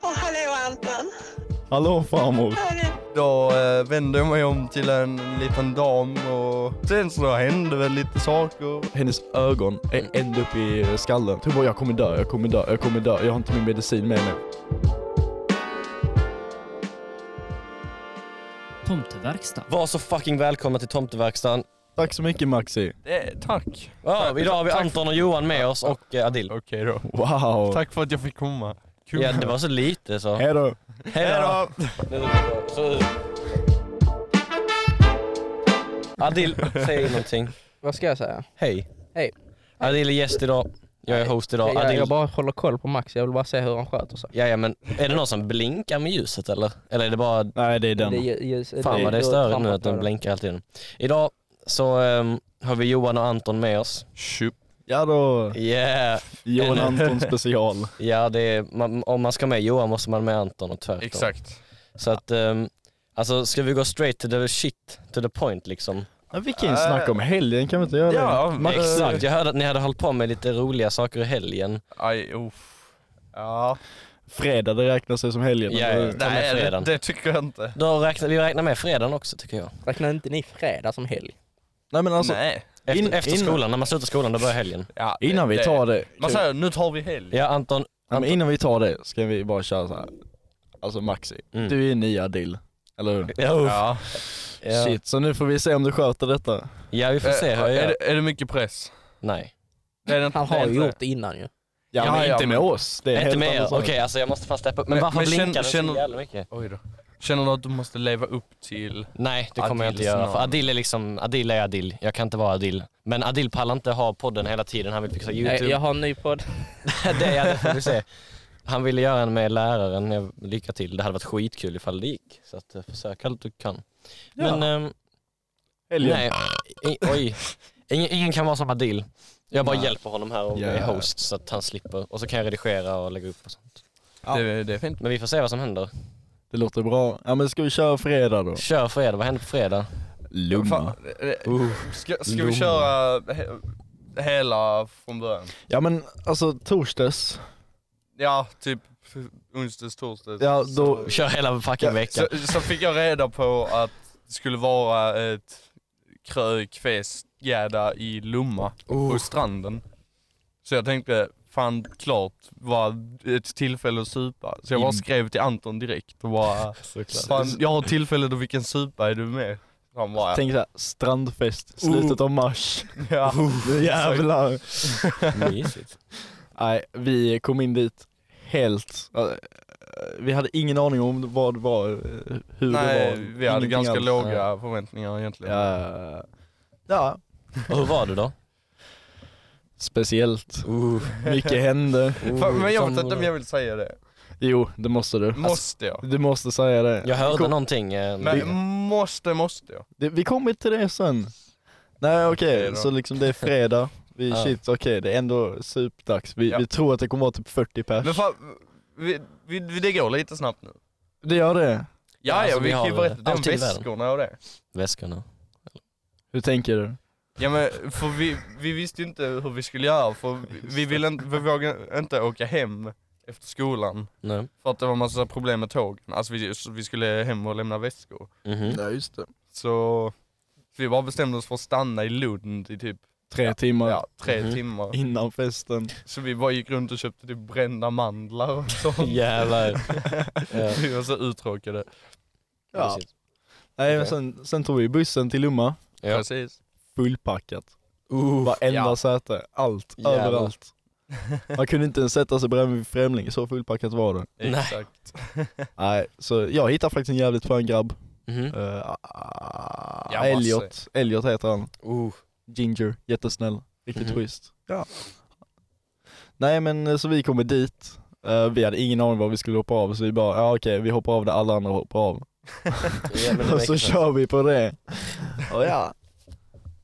hallå Anton. Hallå farmor. Hallå. Då eh, vände jag mig om till en liten dam och sen så hände väl lite saker. Hennes ögon är ända upp i eh, skallen. Hon bara, jag kommer dö, jag kommer dö, jag kommer dö. Jag har inte min medicin med mig. Tomteverkstad. Var så fucking välkomna till Tomteverkstan. Tack så mycket Maxi. Eh, tack. Ja, idag har vi Tack. Anton och Johan med oss och eh, Adil. Okej då. Wow. Tack för att jag fick komma. Kul. Ja, det var så lite så. Hej då. Hej då! Så- Adil, säg någonting. Vad ska jag säga? Hej. Hej. Adil är gäst idag. Jag är host idag. jag, Adil. jag bara håller koll på Max, jag vill bara se hur han sköter sig. Ja, ja, men är det någon som blinkar med ljuset eller? Eller är det bara Nej, det är den. Det, är ju- ljus- Fan vad det är störigt nu framåt att de då. blinkar hela tiden. Idag så ehm, har vi Johan och Anton med oss. Tjup. Ja då. Yeah! Johan Anton special. Ja, det är, man, om man ska med Johan måste man med Anton och tvärtom. Exakt. Så att, ehm, alltså ska vi gå straight to the shit, to the point liksom? Ja, vi kan ju snacka om helgen, kan vi inte göra Ja, det? Max, Exakt, jag hörde att ni hade hållit på med lite roliga saker i helgen. Aj, uff. Ja, Fredag, det räknas det som helgen. Ja, eller? ja. Ta med nej det, fredagen. det tycker jag inte. Då räknar, vi räknar med fredagen också tycker jag. Räknar inte ni fredag som helg? Nej men alltså, nej. Efter, In- efter in- skolan, när man slutar skolan då börjar helgen. Ja, det- innan vi det- tar det. Man säger nu tar vi helg. Ja Anton, Nej, men innan vi tar det ska vi bara köra så här. Alltså Maxi, Mm. du är nya Dill, eller hur? Ja. ja, Shit, så nu får vi se om du sköter detta. ja vi får se hur Eh, jag är, gör. det, är det mycket press? Nej. Det är det inte, Han det är har ju inte gjort det innan ju. Ja, Ja, men ja, inte med men- oss. Det är Inte helt med annan er, okej sak. alltså jag måste fan steppa upp. Men, Men- varför men blinkar känner- du så känner- jävla mycket? Oj då. Känner du att du måste leva upp till... Nej, det kommer jag inte Adil göra. snarare. För Adil är liksom, Adil är Adil. Jag kan inte vara Adil. Men Adil pallar inte ha podden hela tiden. Han vill fixa Jag, YouTube. jag har en ny podd. det, ja, det får vi se. Han ville göra en med läraren. Jag- Lycka till. Det hade varit skitkul ifall det gick. Så att, eh, försök allt du kan. Men ehm, Helgen. nej, i, oj. Ingen, ingen kan vara som Adil. Jag bara hjälper honom här och Ja. är host så att han slipper. Och så kan jag redigera och lägga upp och sånt. Ja. Det, det är fint. Men vi får se vad som händer. Det låter bra. Ja men ska vi köra fredag då? Kör fredag. Vad händer på fredag? Lugna. Fan, eh, eh, Uh. Ska, ska Lomma. vi köra he, hela från början? Ja men alltså torsdags, Ja, typ onsdags, torsdags. ja då, Så- Kör hela fucking Ja, veckan. Så, så fick jag reda på att det skulle vara ett krökfest gädda i Lomma Oh. på stranden. Så jag tänkte, fan klart var ett tillfälle att supa. Så jag bara Mm. skrev till Anton direkt och bara, fan jag har tillfälle då vilken supa är du med? Han bara, tänk såhär, strandfest, Uh. slutet av mars. ja. Nu jävlar. Mysigt. Nej, vi kom in dit helt, eh, vi hade ingen aning om vad det var, eh, hur det var. Nej, vi hade ingenting ganska alls. låga förväntningar egentligen. Ja. ja, Och hur var du då? speciellt. Uh, Mycket hände. Mm. Fan, Alltså, men jag vet inte om jag vill säga det. Jo, det måste du. Alltså, Måste jag? Du måste säga det. Jag hörde Kom- någonting. eh, Men måste, måste jag? Det, vi kommer till det sen. Nej okej, Okej då. så liksom det är fredag, vi Ja. shit okej det är ändå supdags, vi, Ja. vi tror att det kommer vara typ 40 pers. Men fan, vi, vi, vi, det går lite snabbt nu. Det gör det. Ja, Alltså, ja, vi, vi kan ju har berätta om allt i världen. väskorna och det. Väskorna. Hur tänker du? Ja men för vi, vi visste ju inte hur vi skulle göra för vi, vi ville inte, vi vågade inte åka hem efter skolan Nej. för att det var massa problem med tågen. Alltså vi, vi skulle hem och lämna väskor. Mhm. Ja just det. Så vi bara bestämde oss för att stanna i Lund i typ Tre timmar ja, tre Mhm. timmar. innan festen. Så vi bara gick runt och köpte typ brända mandlar och sånt. Jävlar. Ja. Vi var så uttråkade. Ja. Nej men sen, sen tog vi bussen till Lomma, Ja. Precis. fullpackat. Varenda ja. säte, allt, Jävlar. överallt. Man kunde inte ens sätta sig bredvid Främling, så fullpackat var det. Nej. Exakt. Nej, så jag hittade faktiskt en jävligt skön grabb. Mhm. Uh, Ja, Elliot, Elliot heter han. Uh. Ginger, jättesnäll, riktigt Mhm. schysst. Ja. Nej men eh, så vi kommer dit, Eh, vi hade ingen aning var vi skulle hoppa av så vi bara, ja okej vi hoppar av där alla andra hoppar av. Ja, men det Och så räcker. kör vi på det. Och ja.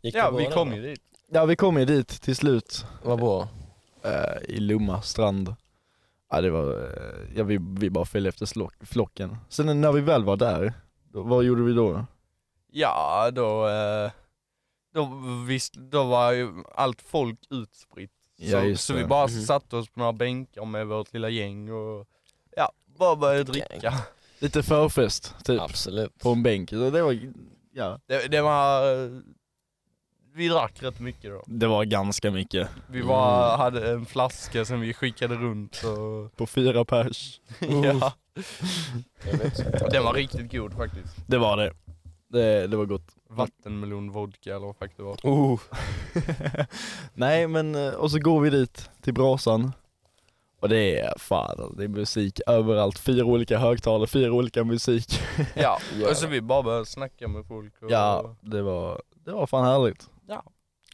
Gick det Ja bra vi då? kom ju dit. ja vi kom ju dit till slut, Vad bra. eh, i Lomma strand. Ja det var, eh, ja vi, vi bara följde efter slock- flocken. Sen när vi väl var där, då, vad gjorde vi då? Ja, då, eh, då, visst, då var ju allt folk utspritt. Så, Ja, just så det. vi bara Mhm. satte oss på några bänkar med vårt lilla gäng och bara började dricka. Lite förfest typ, Absolut. på en bänk. Så Det var, ja. Det, det var... eh, Vi drack rätt mycket då. det var ganska mycket. Vi var, Mm. hade en flaska som vi skickade runt och... På fyra pers. Oh. ja, Trevligt. den var riktigt god faktiskt. Det var det. Det, det var gott. Vattenmelonvodka eller vad fuck det var. Oh. Nej men, eh, och så går vi dit till brasan. Och det är fan, det är musik överallt. Fyra olika högtalare, fyra olika musik. Ja, och så Alltså, vi bara började snacka med folk och... Ja, det var, det var fan härligt.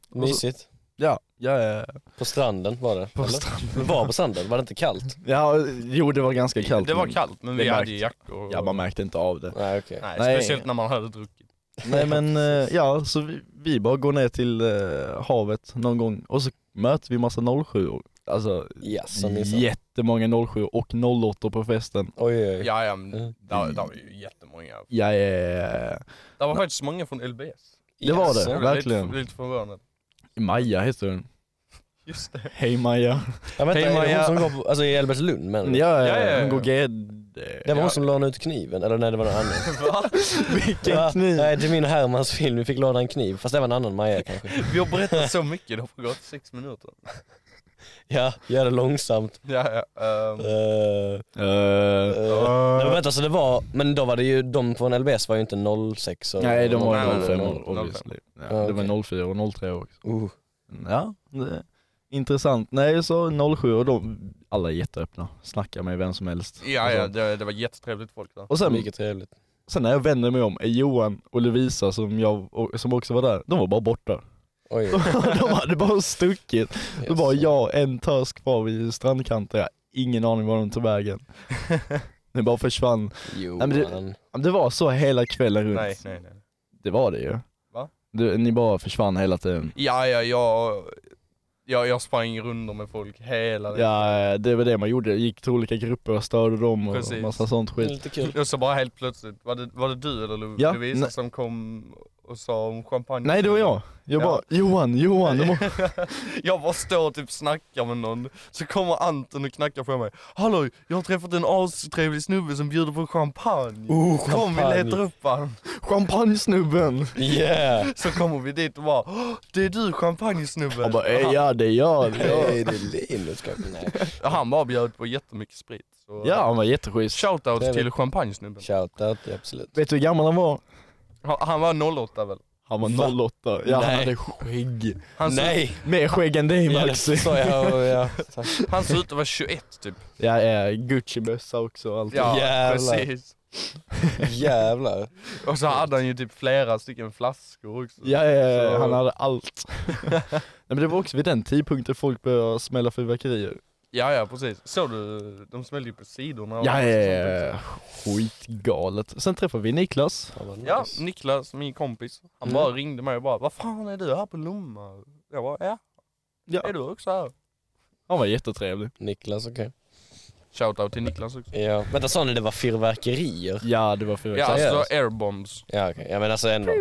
Mysigt. Ja, jag är På stranden var det. på eller? stranden. Det var på stranden, var det inte kallt? Ja, jo det var ganska kallt. Det var men kallt men det vi märkte- hade ju jackor. och- Ja, man märkte inte av det. Nej okej. Nej, Nej. speciellt när man hade druckit. Nej men eh, ja, så vi, vi bara går ner till eh, havet någon gång och så möter vi massa 07 Alltså Ja, som ni sa. jättemånga 07 och 08 på festen. Oj, oj, oj. Ja, ja, men Mm. där, där var ju jättemånga. Jag är... Det var faktiskt många från LBS. Det var det, Jag blev verkligen. Lite, lite förvånad. Maja heter hon. Just det. Hej Maja. Ja, vänta, Hej, är det Maja. hon som går på, alltså i Elbertslund men? Ja, ja, ja. hon går G... Det var Ja. hon som lånade ut kniven, eller nej det var någon annan. Va? Vilken Ja, kniv! Nej, till min och Hermans film, vi fick låna en kniv, fast det var en annan Maja kanske. Vi har berättat så mycket, det har gått sex minuter. Ja, gör det långsamt. Ja, ja, ehm, Eh, eh, Eh, nej, men vänta, så det var, men då var det ju, de från LBS var ju inte 06 och, nej, de Nej, var nej, 05 nej, år, nej, obviously. Ja, Ja, det var 04 och 03 också. Oh, Ja, det är intressant. Nej, så 07 och de, alla är jätteöppna. Snackar med vem som helst. ja, ja det, det var jättetrevligt folk där. Och sen, mycket trevligt. sen när jag vänder mig om är Johan och Lovisa som, jag, och- som också var där, de var bara borta. Oj, de hade bara stuckit. Det var bara jag och en tös kvar vid strandkanten. Jag har ingen aning var de tog vägen. Det bara försvann. Nej, Johan. men det- Ja, Det var så hela kvällen runt. Nej, nej, nej. Det var det ju. Va? Du, ni bara försvann hela tiden. Ja, ja, jag, jag, jag sprang runt med folk hela tiden. Ja, det var det man gjorde. Jag gick till olika grupper och störde dem och Precis. massa sånt det är skit. lite kul. Och så bara helt plötsligt, var det, var det du eller Lu- Ja, Lovisa nej. som kom och sa om champagne? Nej det var jag. Jag Ja. bara Johan, Johan, du må... Jag bara står och typ snackar med någon, så kommer Anton och knackar på mig. Hallå, jag har träffat en astrevlig snubbe som bjuder på champagne. Oh, Kom vi letar upp han. champagnesnubben! Yeah! Så kommer vi dit och bara, "Åh, det är du champagnesnubben. Jag bara "Eh, ja det är jag. det är jag." Hej, det är Linus kanske? Nej. Han bara bjöd på jättemycket sprit. Så Ja han var jätteschysst. Shoutout till Trevligt. champagnesnubben. Shoutout, ja, absolut. Vet du hur gammal han var? Han han var 08 väl? Han var 08. Ja han Nej. hade skägg. Han såg, Nej! Mer skägg än dig Ja, det Maxi. sa jag och ja. Tack. han såg ut att vara 21 typ. Ja, ja Gucci-mössa också och allt. Ja, Jävlar. precis. Jävlar. Och så hade han ju typ flera stycken flaskor också. Ja, ja, ja, Så- han hade allt. Nej, men det var också vid den tidpunkten folk började smälla fyrverkerier. Ja, ja precis. Såg du, de smällde ju på sidorna och Ja, ja, sånt ja, också. ja. Skitgalet. Sen träffade vi Niklas. Fan, vad Ja, nice. Niklas, min kompis, han bara Mm. ringde mig och bara Vad fan är du här på Lomma? Jag bara ja, Ja. är du också här? Han var jättetrevlig. Niklas, okej. Shoutout till Niklas också. Ja. Vänta, sa ni det var fyrverkerier? Ja, det var Ja, fyrverkerier. alltså airbombs. Ja, okej. Ja, men alltså ändå.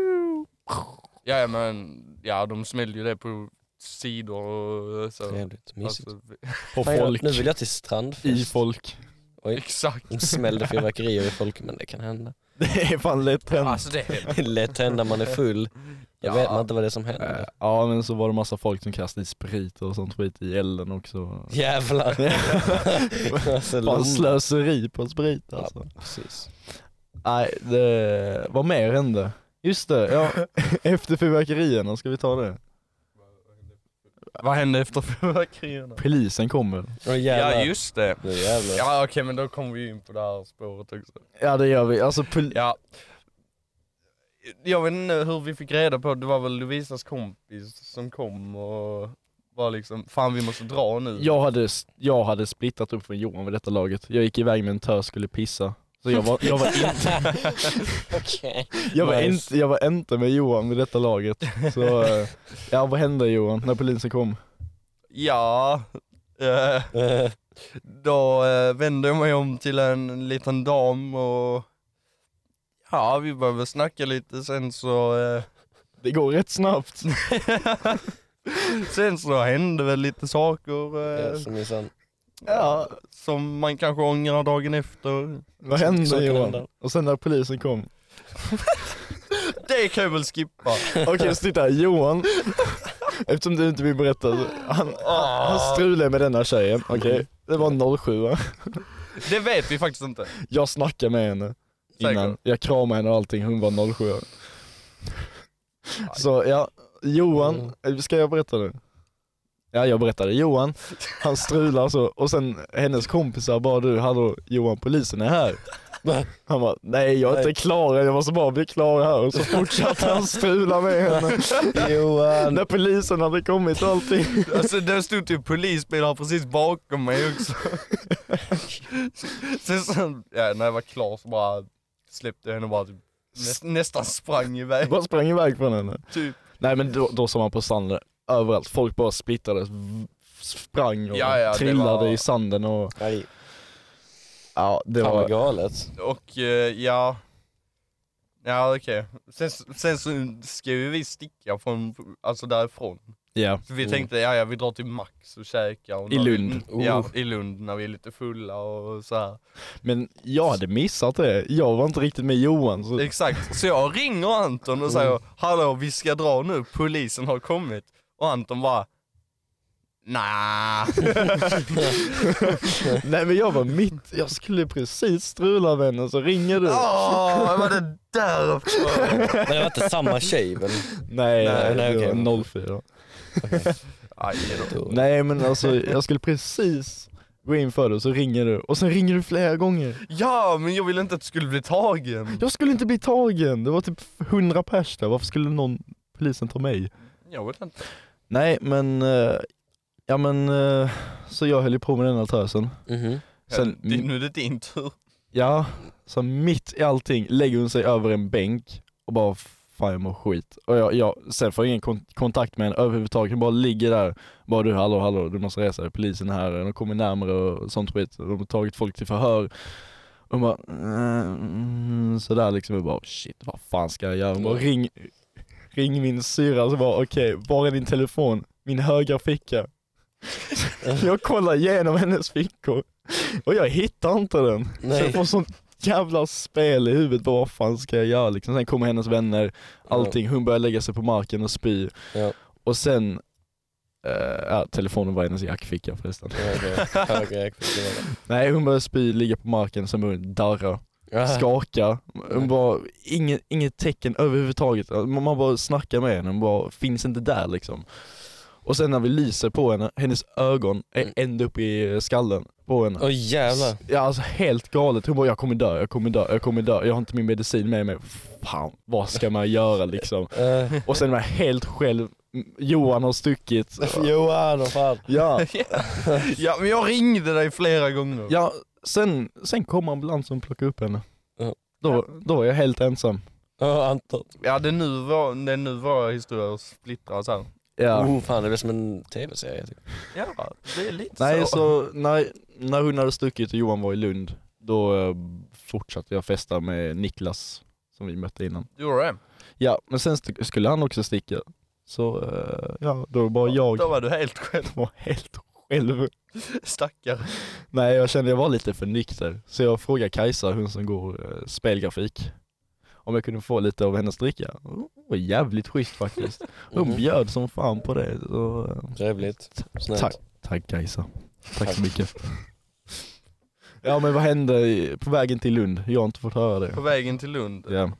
Ja, ja, men ja, de smällde ju det på sidor och så. Trevligt, mysigt. Alltså, vi- På Fan, folk. jag, nu vill jag till I strandfest. folk. exakt. Inte smällde fyrverkerier i folk, men det kan hända. Det är fan lätt hänt. Alltså det är Det är lätt hända, man är full. Jag Ja. vet man inte vad det är som händer. Eh, Ja men så var det massa folk som kastade sprit och sånt skit i elden också. Jävlar. alltså, Fan lom- slöseri på sprit alltså. Precis. Nej, det... vad mer hände? Just det, ja. efter fyrverkerierna, ska vi ta det? Vad hände efter fyrverkerierna? Polisen kommer. Åh jävlar. Ja, just det. Nu jävlar. Ja, okej, men då kommer vi in på det här spåret också. Ja det gör vi, alltså pol... Ja. Jag vet inte hur vi fick reda på det, det var väl Lovisas kompis som kom och var liksom, fan vi måste dra nu. jag, hade, jag hade splittat upp från Johan vid detta laget. Jag gick iväg med en tös skulle pissa. Så jag var, jag var, in, Okej. jag var, Nice. inte, jag var inte med Johan vid detta laget. Så, eh, ja vad hände Johan när polisen kom? Ja, eh, Eh, då eh, vände jag mig om till en liten dam och ja, vi började väl snacka lite sen så eh, Det går rätt snabbt. Sen så hände väl lite saker. eh, ja, som är sant. Ja, Som man kanske ångrar dagen efter. vad Så hände kan Johan? hända. Och sen när polisen kom. Det kan jag väl skippa. Okej, så titta, Johan. Eftersom du inte vill berätta, så- han, han strulade med denna tjejen, okej. Det var 07 Det vet vi faktiskt inte. Jag snackade med henne innan, Säkert. jag kramade henne och allting, hon var 07 Så ja, Johan, ska jag berätta nu? Ja jag berättade, Johan, han strular så, och sen hennes kompisar bara du, hallå Johan polisen är här Han bara, nej jag är inte klar än, jag måste bara bli klar här, och så fortsatte han strula med henne Johan. När polisen hade kommit och allting Alltså det stod typ polisbilar precis bakom mig också. Sen så, ja, när jag var klar så bara släppte jag henne och bara typ, nä- nästan sprang Jag iväg. bara sprang iväg från henne Typ. Nej men då, då som man på stranden överallt, folk bara splittrades, v- sprang och Ja, ja, det trillade var- i sanden och Nej, ja det fan var vad galet. Och eh, ja, ja okej. Sen, sen så ska ju vi sticka från, alltså därifrån. ja. Så vi tänkte, ja, ja vi drar till Max och käkar. Och Oh. I när vi- Lund. Oh. Ja, i Lund när vi är lite fulla och så här. Men jag hade missat det, jag var inte riktigt med Johan så Exakt, så jag ringer Anton och säger Hallå vi ska dra nu, polisen har kommit. Och Anton bara Nah. Nej men jag var mitt, jag skulle precis strula med henne så ringer du Åh, vad var det där för? Men det var inte samma tjej väl? Nej, Nej, nej, det okej. var 04 Aj då. Nej men alltså jag skulle precis gå in för det så ringer du och sen ringer du flera gånger Ja, men jag ville inte att du skulle bli tagen. Jag skulle inte bli tagen, det var typ 100 pers där, varför skulle någon polisen ta mig? Jag vet inte. Nej men, eh, ja men, eh, så jag höll ju på med den här tösen. Mhm. Sen, Det, nu är det din tur. ja, så mitt i allting lägger hon sig över en bänk och bara fan jag mår skit. Och jag, jag, sen får jag ingen kon- kontakt med henne överhuvudtaget, hon bara ligger där. Bara du hallå hallå du måste resa dig, polisen är här, de kommer närmare och sånt skit. De har tagit folk till förhör. Och hon bara, mm, sådär liksom. Jag bara shit vad fan ska jag göra? Hon bara ring, ring min syrra så bara okej, var är din telefon? Min högra ficka. Jag kollar igenom hennes fickor och jag hittar inte den. Så jag Nej. får sånt jävla spel i huvudet, bara, vad fan ska jag göra liksom. Sen kommer hennes vänner, allting, hon börjar lägga sig på marken och spy. Ja. Och sen, eh, ja, telefonen var i hennes jackficka förresten. Ja, det var högre aktivitet. Nej hon börjar spy, ligga på marken, sen börjar hon darra, Ah. skaka. Hon bara, inget, inget tecken överhuvudtaget. Alltså, Man man bara snackar med henne, hon bara finns inte där liksom. Och sen när vi lyser på henne, hennes ögon Mm. är ända upp i skallen på henne. Åh jävlar. Ja alltså helt galet, hon bara jag kommer dö, jag kommer dö, jag kommer dö, jag har inte min medicin med mig. Fan, vad ska man göra liksom? Eh, Och sen var jag helt själv, Johan har stuckit. Johan och fan. Ja, Ja, men jag ringde dig flera gånger. ja sen, sen kom ambulansen och plockade upp henne. Ja. Då, då var jag helt ensam. Oh, Anton. Ja, det är nu vår, det är nu vår historia splittras här. Ja. Oh, fan det blir som en tv-serie typ. Ja, det är lite Nej så, när, när hon hade stuckit och Johan var i Lund, då eh, fortsatte jag festa med Niklas som vi mötte innan. Gjorde det? Ja, men sen st- skulle han också sticka. Så eh, ja, då var bara jag. Då var du helt själv. var helt själv. Stackare. Nej jag kände jag var lite för nykter, så jag frågade Kajsa, hon som går eh, spelgrafik, om jag kunde få lite av hennes dricka. Hon var jävligt schysst faktiskt. Hon Mhm. Mm. bjöd som fan på det. Så, eh, Trevligt. Snällt. tack, tack Kajsa. Tack så mycket. Ja men vad hände i- på vägen till Lund? Jag har inte fått höra det. På vägen till Lund. Ja.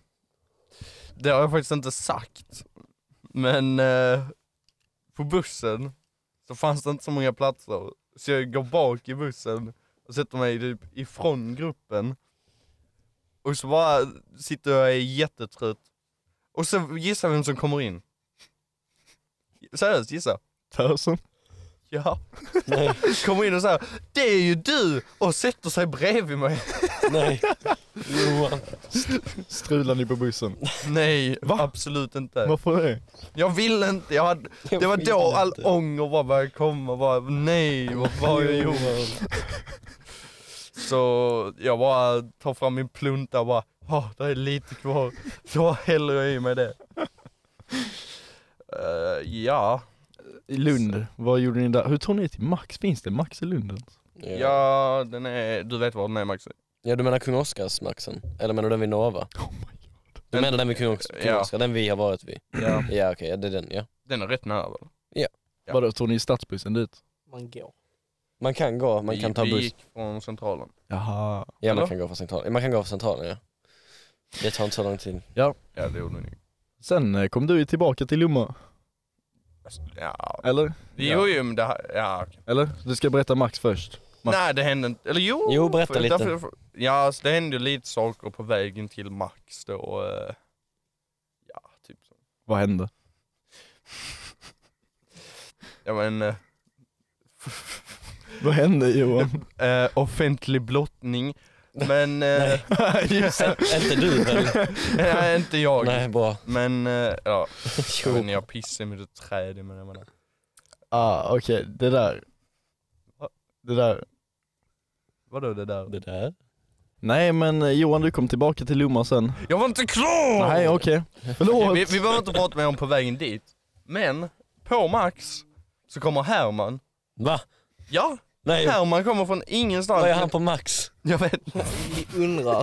Det har jag faktiskt inte sagt. Men eh, på bussen så fanns det inte så många platser. Så jag går bak i bussen och sätter mig typ ifrån gruppen. Och så bara sitter jag och är jättetrött. Och så gissa vem som kommer in. Seriöst, gissa. Tösen? Ja. kommer in och säger Det är ju du! Och sätter sig bredvid mig. Nej. Johan. Strulade ni på bussen? Nej, Va? absolut inte. Varför det? Jag ville inte, jag hade, det var då all ånger bara började komma, bara nej vad var jag gjorde? Så jag bara tar fram min plunta och bara, åh det är lite kvar, då häller jag i mig det. Eh, ja, I Lund, vad gjorde ni där? Hur tog ni er till Max? Finns det Max i Lund? ens? Ja, den är, du vet vad den är Max? Ja du menar Kung Oscars-maxen? Eller menar du den vid Nova? Oh my god. Du menar den vid Kung, Os- Kung Ja. Oscar, den vi har varit vid? Ja okej, ja, det är den ja. Den är rätt nära väl? Ja. Vadå, tog ni stadsbussen dit? Man går. Man kan gå, man kan Vi- ta vi buss. gick från centralen. Jaha. Ja man Eller? kan gå från centralen, man kan gå från centralen ja. Det tar inte så lång tid. Ja det gjorde ni. Sen eh, kom du ju tillbaka till Lomma, Alltså, Ja. eller? Jo jo men det här, ja okej. Eller? Du ska berätta Max först. Max. Nej det hände inte, eller jo! Jo, berätta för- lite. därför- ja alltså det hände ju lite saker på vägen till Max då. eh, Ja typ så. Vad hände? Ja men. eh, Vad hände Johan? eh, offentlig blottning. Men, eh, Just det. inte du väl? nej inte jag. Nej bra. Men, eh, ja. Jag vet Jo. inte, jag pissade med ett träd men jag menar. ah, okej, det där. Det där. Vadå det där? Det där? Nej men eh, Johan du kom tillbaka till Lomma sen. Jag var inte klar! Nej okej. Förlåt! Vi, vi behöver inte prata mer om på vägen dit. Men, på Max så kommer Herman. Va? Ja, Nej, Herman kommer från ingenstans. vad är han på max? Jag vet Ni undrar.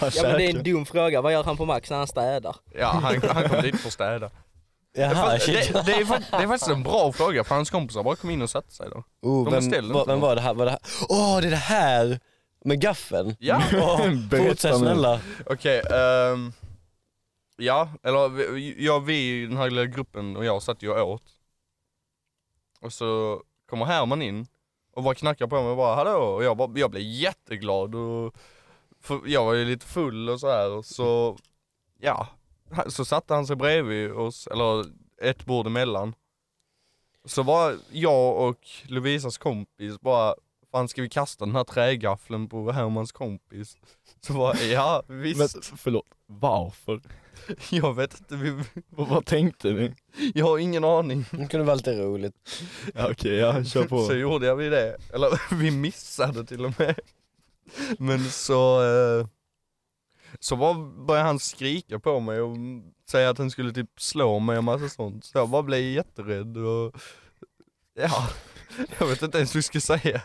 Ja men det är en dum fråga, vad gör han på Max när han städar? Ja, han, han kom dit för att städa. Jaha, Fast shit. det, det, är, fakt- det är faktiskt en bra fråga för hans kompisar bara kom in och satte sig då. Oh, de vem, ställer var, inte vem var det här? Var det här? Åh, det är det här! Med gaffeln? Ja, Åh, Berätta fortsätt nu. snälla. Okej, ehm, ja, eller vi- ja, vi i den här lilla gruppen och jag satt ju och åt. Och så kommer Herman in och bara knackar på mig och bara hallå och jag, bara, jag blev jätteglad och för jag var ju lite full och så här och så ja, han- så satte han sig bredvid oss, eller ett bord emellan. Så var jag och Lovisas kompis bara, fan ska vi kasta den här trägaffeln på Hermans kompis? Så bara, ja visst. Men, förlåt, varför? Jag vet inte, vi- Vad, vad tänkte ni? jag har ingen aning. Det kunde vara lite roligt. Ja, okej, ja, kör på. Så gjorde jag vi det. Eller vi missade till och med. Men så... eh, Så bara började han skrika på mig och säga att han skulle typ slå mig och massa sånt. Så jag bara blev jätterädd och... Ja, jag vet inte ens vad jag ska säga.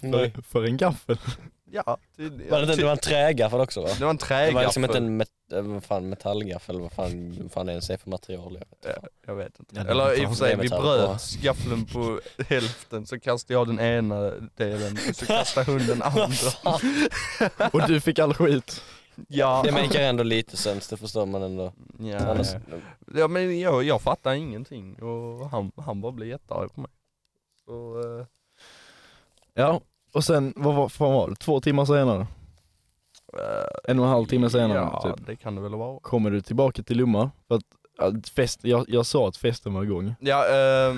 Nej. För, för en gaffel. Ja, tydligen. Mm. Var det, inte- det var en trägaffel också va? Det var en Det var trägaffel. liksom inte en met, eh, vad fan, metallgaffel, vad fan, vad fan det ens är för material. Jag vet. inte. Jag vet inte. Ja, det var Eller i och för sig, metall. vi Det är bröt metall. gaffeln på hälften, så kastade jag den ena delen och så kastade hon den andra. Och du fick all skit. Ja. Det makar ändå lite sens, det förstår man ändå. Ja, Annars, ja men jag, jag fattar ingenting och han, han bara blev jättearg på mig. Så, eh, Ja, och sen, vad var, fan var det? Två timmar senare? En och en halv timme senare ja, typ. det kan det väl vara. Kommer du tillbaka till Lomma? För att, att fest, jag, jag sa att festen var igång. Ja, eh,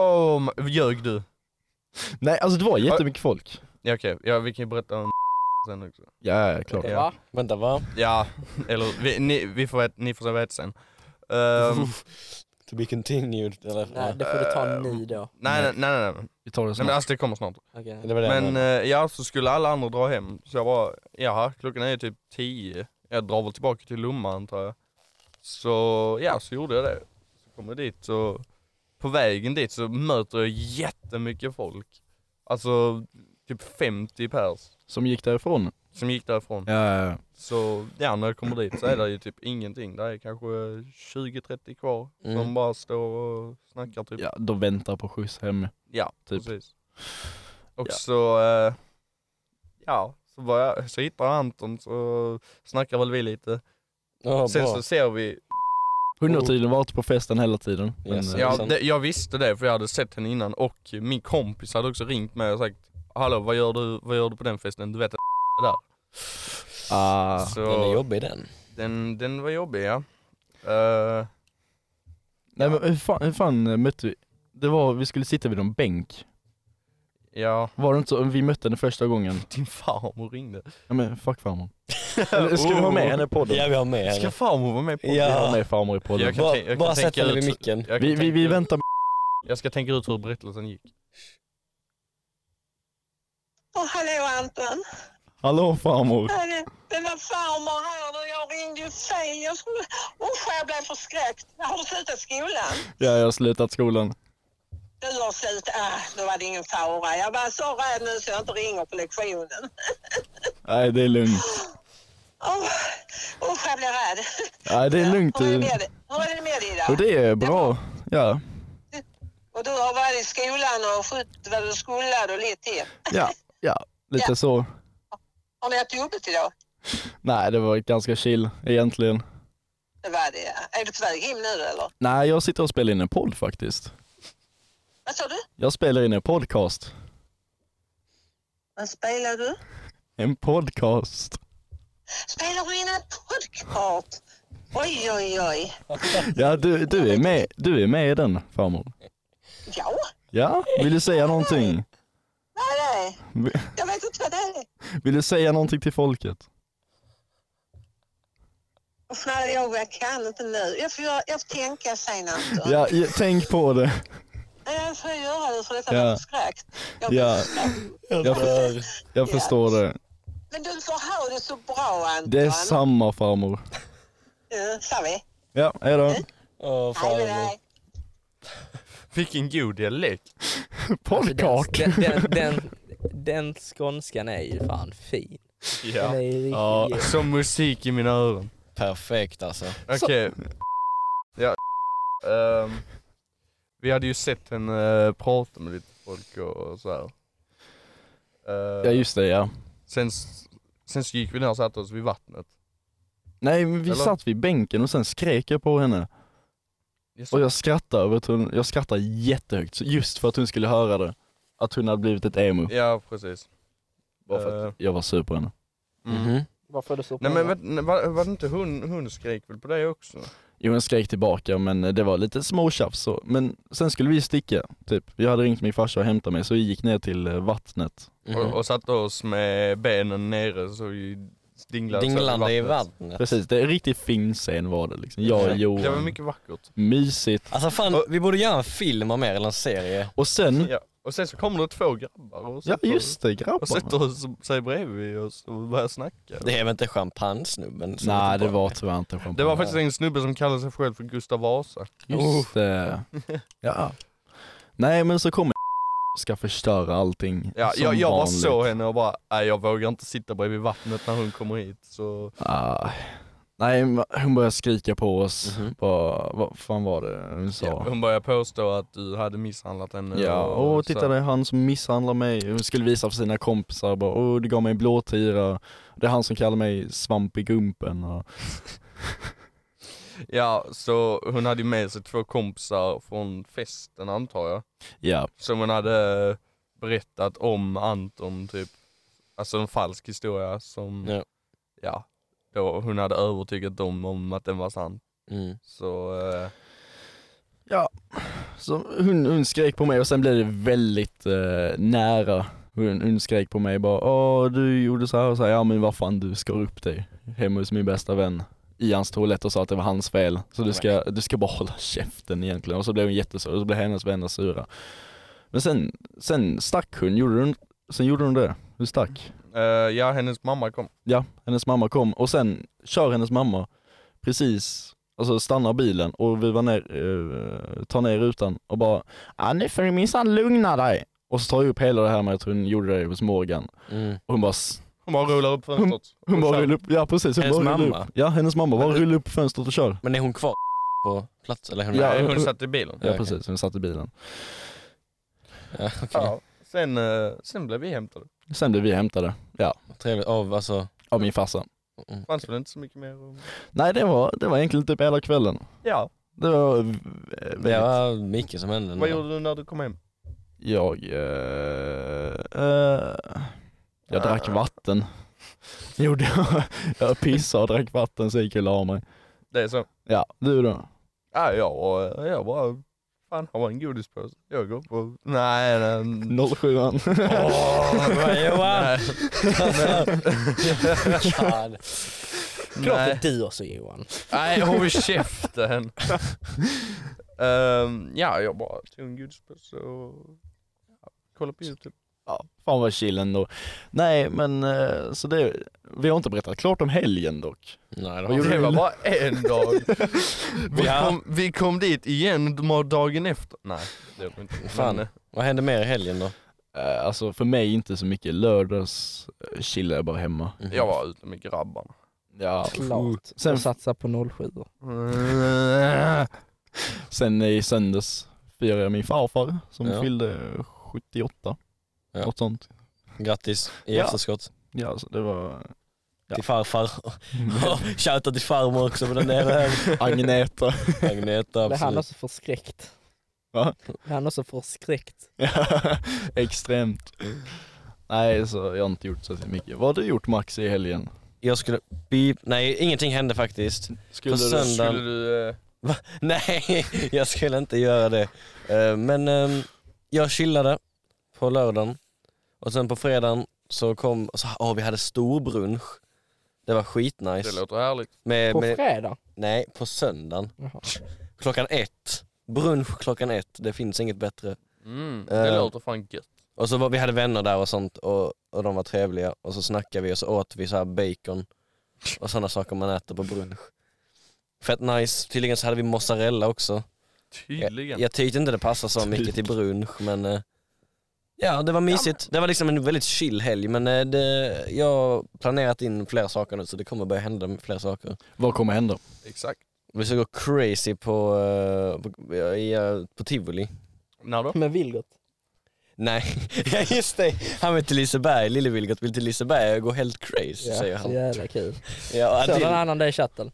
oh, my- ljög du? Nej alltså det var jättemycket folk. Ja okej, ja, vi kan ju berätta om sen också. Ja, ja klart. Ja. Va? vänta va? Ja, eller vi, ni, vi får, veta- ni får veta sen. Eh, To be continued eller? Nej det får du ta nu då. nej, nej, nej, nej, nej, Vi tar det nej men snart. alltså det kommer snart. Okej. Det var det Men men, eh, ja, så skulle alla andra dra hem. Så jag bara, jaha, klockan är ju typ 10. Jag drar väl tillbaka till Lomma antar jag. Så ja, så gjorde jag det. Så kom jag dit och på vägen dit så möter jag jättemycket folk. Alltså typ 50 pers Som gick därifrån. som gick därifrån. Ja, ja. Så ja, när jag kommer dit så är det ju typ ingenting. Det är kanske 20-30 kvar Mm. som bara står och snackar typ. ja, de väntar på skjuts hem. Ja, Typ. precis. Och Ja. så, eh, ja, så, var jag, så hittar jag Anton så snackar väl vi lite. Ja, Sen bra. så ser vi, Hon har tydligen varit på festen hela tiden. Men, Yes. eh, ja, sen- det, jag visste det för jag hade sett henne innan och min kompis hade också ringt mig och sagt Hallå vad gör du, vad gör du på den festen? Du vet att där. ah, Den är Så jobbig den. den, den var jobbig ja. Eh, nej men hur fan, hur fan eh, mötte vi? Det var, vi skulle sitta vid en bänk. ja, Var det inte så, vi mötte henne första gången? din farmor ringde. Ja men fuck farmor. Eller, Ska vi ha med henne i podden? Ja vi har med Ska henne. farmor vara med på Vi har Ja. med farmor i podden. Jag kan tänka- Bara, jag bara kan sätt tänka henne vid ut- micken. Jag kan Vi, vi, vi tänka- väntar Jag ska tänka ut hur berättelsen gick. Åh, hallå Anton. Hallå farmor! Hallå. Det var farmor här och jag ringde ju fel. Jag skulle... Usch, jag blev förskräckt. Har du slutat skolan? Ja, jag har slutat skolan. Du har slut. Ah, då var det ingen fara. Jag var så rädd nu så jag inte ringer på lektionen. Nej det är lugnt. Åh, usch, jag blir rädd. Nej det är lugnt. Hur är det med dig? Hur är det med dig Och idag? det är bra. Ja. Och du har varit i skolan och skött vad du skulle och lite till. Ja. Ja. Lite så. Har ni haft jobbigt idag? Nej det var ganska chill egentligen. Det var det, ja. Är du på väg hem nu eller? Nej jag sitter och spelar in en podd faktiskt. Vad sa du? Jag spelar in en podcast. Vad spelar du? En podcast. Spelar du in en podcast? Oj, oj, oj. Ja du, du är med, du är med i den farmor. Ja, Ja, vill du säga någonting? vad är det? Jag vet inte vad det är. Vill du säga någonting till folket? Och snälla, jag, jag kan inte nu. Jag får, göra, jag får tänka sen Anton. Ja, ja, tänk på det. Jag får göra det för detta Ja. var förskräckt. Jag blir Ja. förskräckt. Jag, för, jag Ja. förstår det. Men du får ha det så bra Anton. Det är samma farmor. Ja, sa vi. Ja, hejdå. Åh, Hej med farmor. dig. Vilken god dialekt. Podcast. Alltså, Den, den, den, den skånskan är ju fan fin. Den är Ja. ju riktigt Ja. jävla- Som musik i mina öron. Perfekt alltså. Okej. Ja. ehm, vi hade ju sett henne eh, prata med lite folk och, och så här. Eh, Ja just det ja. sen, s- sen så gick vi ner och satte oss vid vattnet. Nej men vi Eller? satt vid bänken och sen skrek jag på henne. Yes. Och jag skrattade över att hon, jag skrattade jättehögt så just för att hon skulle höra det. Att hon hade blivit ett emo. Ja, precis. Eh, Bara för att jag var sur på henne. Mm. Mhm. Varför är du så Nej men vet, nej, var, var det inte hon, hon skrek väl på dig också? Jo hon skrek tillbaka men det var lite småtjafs så. Men sen skulle vi sticka, typ. Jag hade ringt min farsa och hämtat mig så vi gick ner till eh, vattnet. Mhm. Och, och satte oss med benen nere så vi dinglade, så Dinglande i vattnet. vattnet. Precis, det är en riktigt fin scen var det liksom. Jag och Det var Johan, mycket vackert. mysigt. Alltså fan, vi borde göra en film av mer eller en serie. Och sen, Ja. Och sen så kommer det två grabbar och Mm. ja sätter- just det Och grabbarna. sätter oss- sig bredvid oss och börjar snacka. Det är väl inte champagnesnubben? som Nej heter det Bonnie? var tyvärr inte champagne. Det var faktiskt Oh. en snubbe som kallade sig själv för Gustav Vasa. Just det. Ja. Nej men så kommer och ska förstöra allting. Ja, som jag, jag bara vanligt. såg henne och bara, nej jag vågar inte sitta bredvid vattnet när hon kommer hit. Så Ah. Nej, men hon började skrika på oss. Mhm. Bara, vad fan var det hon sa? hon började påstå att du hade misshandlat henne. Ja, åh titta det är han som misshandlar mig. Hon skulle visa för sina kompisar bara, åh det gav mig en blåtira. Det är han som kallar mig svamp i gumpen. Och, Så, ja, så hon hade ju med sig två kompisar från festen antar jag. ja, Som hon hade berättat om Anton typ. Alltså en falsk historia som, Ja. ja då hon hade övertygat dem om att den var sann. Mm. Så eh, så hon, hon skrek på mig och sen blev det väldigt eh, nära. Hon, hon skrek på mig bara, åh du gjorde så här och så här. Ja men vad fan du skar upp dig hemma hos min bästa vän i hans toalett och sa att det var hans fel. Så du ska, du ska bara hålla käften egentligen. Och så blev hon jättesur och så blev hennes vänner sura. Men sen, sen stack hon, gjorde hon, sen gjorde hon det. Hon stack. eh, ja, hennes mamma kom. Ja, hennes mamma kom och sen kör hennes mamma precis, alltså stannar bilen och vi var ner, eh, tar ner rutan och bara ah, nu får du minsann lugna dig. Och så tar jag upp hela det här med att hon gjorde det hos Morgan Mm. och hon bara, s- Hon bara rullar upp fönstret. hon bara Och rullar upp, ja precis. Hon Hennes bara rullar mamma? Upp. Ja, hennes mamma bara rullar upp fönstret och kör. Men är hon kvar på plats? Eller hon Ja, Nej, är... hon satt i bilen. Ja okej. precis, hon satt i bilen. Ja, okej. Ja. Sen, eh, sen blev vi hämtade. Sen blev vi hämtade, ja, Trevligt. Av alltså... av min farsa. Mm. fanns väl inte så mycket mer. om- Nej det var, det var egentligen typ hela kvällen. Ja, Det var, eh, Det väldigt- var mycket som hände. vad nu. gjorde du när du kom hem? Jag... Eh, eh, jag Eh. drack vatten. Gjorde jag. Jag pissade och drack vatten så gick jag och la mig. Det är så. Ja, du då? Ja, jag, eh, jag bara, fan har en godispåse? Jag går på, nej, nej. nej. 07 Mm. Åh, vad Johan! Fan. Klart nej. att du också Johan. nej, håll käften. Ehm, ja, jag bara tog en godispåse och ja, kollade på youtube. Ja, fan vad chill ändå. Nej men eh, så det, vi har inte berättat klart om helgen dock. Nej, Vad gjorde det du? Det var bara en dag. Vi, Ja. kom, vi kom dit igen de har dagen efter. Nej, det gjorde vi inte. Fan. Men, eh, Vad hände mer i helgen då? Eh, Alltså för mig inte så mycket, lördags eh, chillade jag bara hemma. Mhm. jag var ute med grabbarna. Ja, Mm. Klart. Sen- Och satsa på 07 Sen i söndags firade jag min farfar som Ja. fyllde 78. Ja. Något sånt. Mm. Grattis i Ja. efterskott Ja, så det var Ja. till farfar. Shoutout till farmor också på den där Agneta. Agneta. Blev han Absolut. också förskräckt? Va? Blev han också förskräckt? Ja, Extremt. Nej, så jag har inte gjort så mycket. Vad har du gjort Max i helgen? Jag skulle... Beep. Nej, ingenting hände faktiskt. Skulle På du- söndag- Skulle du... eh, Nej, jag skulle inte göra det. Eh, Men ehm, jag chillade på lördagen och sen på fredagen så kom, så, åh, vi hade storbrunch. Det var Det skitnice. låter härligt. Med, På med, fredag? nej, på söndagen. Jaha. Klockan ett. Brunch klockan ett, det finns inget bättre. Mm, Eh. det låter fan gött. Och så var, vi hade vänner där och sånt och, och de var trevliga och så snackade vi och så åt vi så här bacon och sådana saker man äter på brunch. Fett nice. Tydligen så hade vi mozzarella också. Tydligen. Jag tyckte inte det passade så mycket till brunch men eh, ja det var mysigt. Det var liksom en väldigt chill helg men eh, det, jag har planerat in fler saker nu så det kommer börja hända fler saker. Vad kommer hända? Exakt. Vi ska gå crazy på, eh, på, i, eh, på tivoli. När då? Med Vilgot? Nej, ja just det. Han vill till Liseberg, lille Vilgot vill till Liseberg och gå helt crazy säger så han. jävla kul. Ja, Såg Adil- någon annan det i chatten?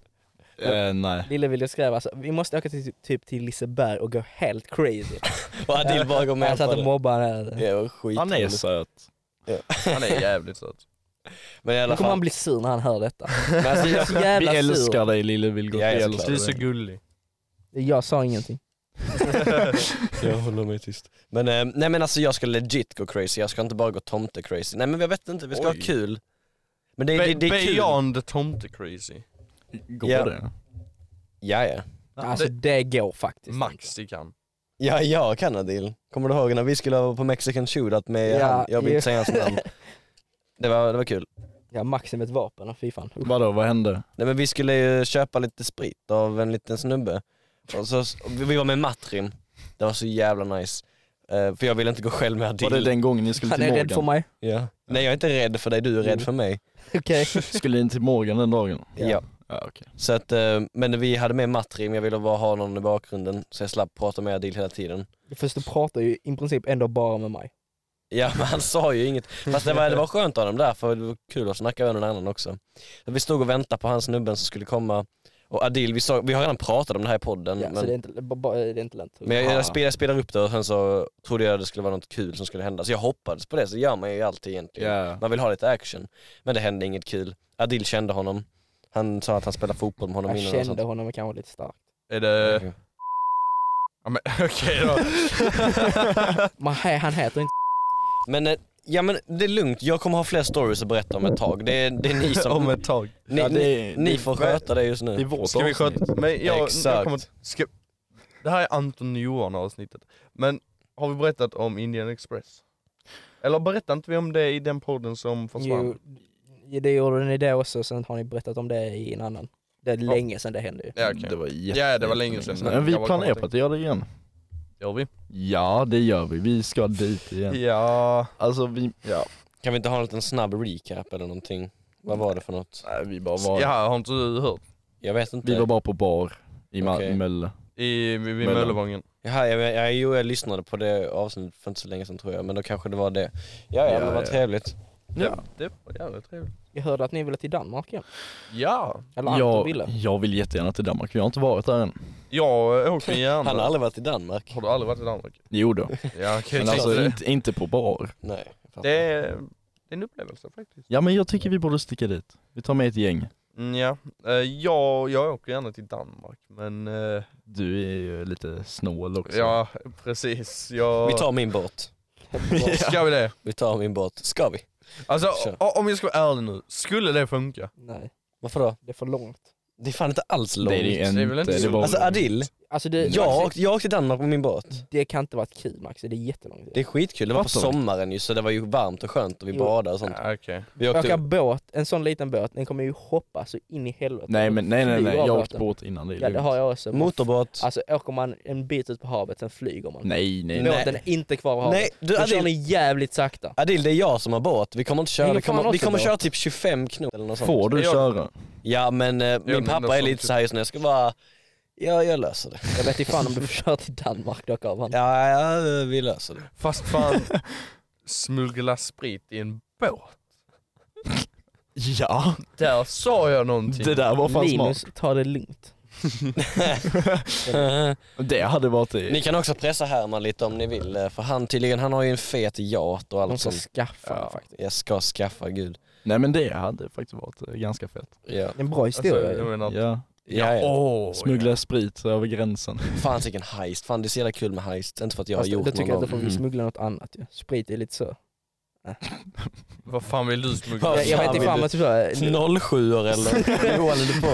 Eh, nej. Lille Vilgot skrev alltså, vi måste åka till, typ till Liseberg och gå helt crazy. och Adil bara går Jag med på satt och det. mobbade här. Ja, vad skit. Han är söt. Han är jävligt söt. Men i Nu alla kommer han fall. bli sur när han hör detta. Men alltså, Jag jag, är så Vi jävla sur. älskar dig lille Vilgot. Ja, Vi jag är älskar såklart. dig. så gullig. Jag sa ingenting. Jag håller mig tyst. Men, eh, nej men alltså jag ska legit gå crazy, jag ska inte bara gå tomte crazy. Nej men jag vet inte, vi ska Oj. ha kul. Men det, Be- det, det är kul. Ja beyond tomte crazy. Gå Ja. på det. ja. Alltså det går faktiskt inte. Maxikan. Ja jag kan Adil. Kommer du ihåg när vi skulle vara på mexican shootout med Ja, han? Jag vill ju. inte säga hans namn. Det var, det var kul. Ja, Max är med ett vapen, och fy fan. Usch. Vadå, vad hände? Nej men vi skulle ju köpa lite sprit av en liten snubbe. Och så, och vi var med Matrim, det var så jävla nice. Eh, för jag ville inte gå själv med Adil. Var det den gången ni skulle Han till är rädd för Morgan? mig. Ja. Nej jag är inte rädd för dig, du är rädd för mig. Okej. Skulle ni till Morgan den dagen? Ja. Mm. Ja, okej. Så att, eh, men vi hade med Matrim, jag ville bara ha någon i bakgrunden så jag slapp prata med Adil hela tiden. Fast du pratar ju i princip ändå bara med mig. Ja men han sa ju inget, fast det var, det var skönt av dem där för det var kul att snacka med någon annan också. Så vi stod och väntade på han snubben som skulle komma och Adil, vi, sa, vi har redan pratat om det här i podden Ja, Så men, det är inte, ba- ba- det är inte lönt. men jag, Ah. jag, spelar, jag spelar upp det och sen så trodde jag det skulle vara något kul som skulle hända så jag hoppades på det, så gör man ju alltid egentligen. Ja. Man vill ha lite action. Men det hände inget kul. Adil kände honom, han sa att han spelade fotboll med honom Jag innan och kände sånt. Eh, honom kanske lite starkt. Är Eh. det... Ja, men okej då. Men hej, han heter inte Men, eh, ja, men det är lugnt, jag kommer ha fler stories att berätta om ett tag. Det är, det är ni som... Om ett tag. ni, Ja, ni, det är- ni det- får sköta det just nu. Det är vårt Ska vi avsnitt. sköta... Men jag, Exakt. jag kommer... Ska... Det här är Anton Johan avsnittet. Men har vi berättat om Indian Express? Eller berättade inte vi om det i den podden som försvann? Jo, det gjorde ni det också, sen har ni berättat om det i en annan. Det är länge sedan det hände ju. Ja, okej. Det var jätte- ja, det var länge sedan. Men vi Jag bara planerar kommer på att att göra det igen. tänka- Gör vi? Ja, det gör vi. Vi ska dit igen. Ja... Alltså vi, ja, Kan vi inte ha en liten snabb recap eller någonting? Vad var det för något? nej, vi bara var, ja, har inte du hört? Jag vet inte. vi var bara på bar i Ma- Okej. Mölle. I, vid Mellan. Möllevången. Jaha, jag, jag, jo, jag lyssnade på det avsnittet för inte så länge sedan tror jag, men då kanske det var det. Ja, ja, Ja, men vad ja. trevligt. Ja. Det var jävligt trevligt. Jag hörde att ni ville till Danmark igen. Ja! Eller Anton Jag, ville. jag vill jättegärna till Danmark, jag har inte varit där än. Jag eh, åker gärna. Han har aldrig varit i Danmark. Har du aldrig varit i Danmark? Jo då. Ja, okej. men alltså inte, inte på bar. Nej. jag fattar. det, är, det är en upplevelse faktiskt. Ja men jag tycker vi borde sticka dit. Vi tar med ett gäng. Mm, ja. Eh, jag, jag åker gärna till Danmark, men... eh, Du är ju lite snål också. ja, precis. Jag... Vi tar min båt. Ska vi det? Vi tar min båt. Ska vi? Alltså, Kör. o- om jag ska vara ärlig nu, skulle det funka? Nej, Varför då? det är för långt. Det är fan inte alls långt. Det är Mm. det det är väl inte. inte Det så- var... Alltså Adil, Alltså det, jag, Maxi, jag åkte till Danmark på min båt. det kan inte vara kul Maxi, det är jättelångt. Det är skitkul, det var på Fattar du? sommaren ju så det var ju varmt och skönt och vi Jo. badade och sånt. Okej. Vi åkte Åka båt, en sån liten båt, den kommer ju hoppa så in i helvete. Nej men nej nej Flyg nej, av jag har åkt båten. båt innan det är Ja det lugnt. har jag också. motorbåt. Alltså åker man en bit ut på havet, sen flyger man. Nej nej nej. Båten är inte kvar i havet. Nej, du Då kör ni Adil, jävligt sakta. Adil det är jag som har båt. Vi kommer inte köra, Men vi jag får kommer, han vi också kommer båt. köra typ 25 knop eller något sånt. Får du Jag- köra? Ja men eh, men min ändå pappa är sånt lite typ. såhär just nu, jag ska bara, ja jag löser det. Jag vet inte fan om du får köra till Danmark dock av honom. Ja, ja vi löser det. Fast fan, smuggla sprit i en båt. Ja, Där sa jag någonting. det där var fan Linus, smart. ta det lugnt. Det hade varit Ni det. kan också pressa Herman lite om ni vill, eh, för han tydligen, han har ju en fet yacht och De allt ska sånt. skaffa den Ja, faktiskt. jag ska skaffa gud. Nej men det hade faktiskt varit eh, ganska fett. Ja. En bra Alltså, historia jag ju. menar, Ja. Ja, ja. Åh, Smuggla sprit över gränsen. Fan vilken heist, fan det är så jävla kul med heist. Inte för att jag har Fast gjort då tycker jag någon gång. att då får vi Mm. smuggla något annat ju. Sprit är lite så. Vad fan vill du smuggla? Vad Jag, jag vet fan inte fan vill vad jag Mm. ska 07 eller vad håller du på?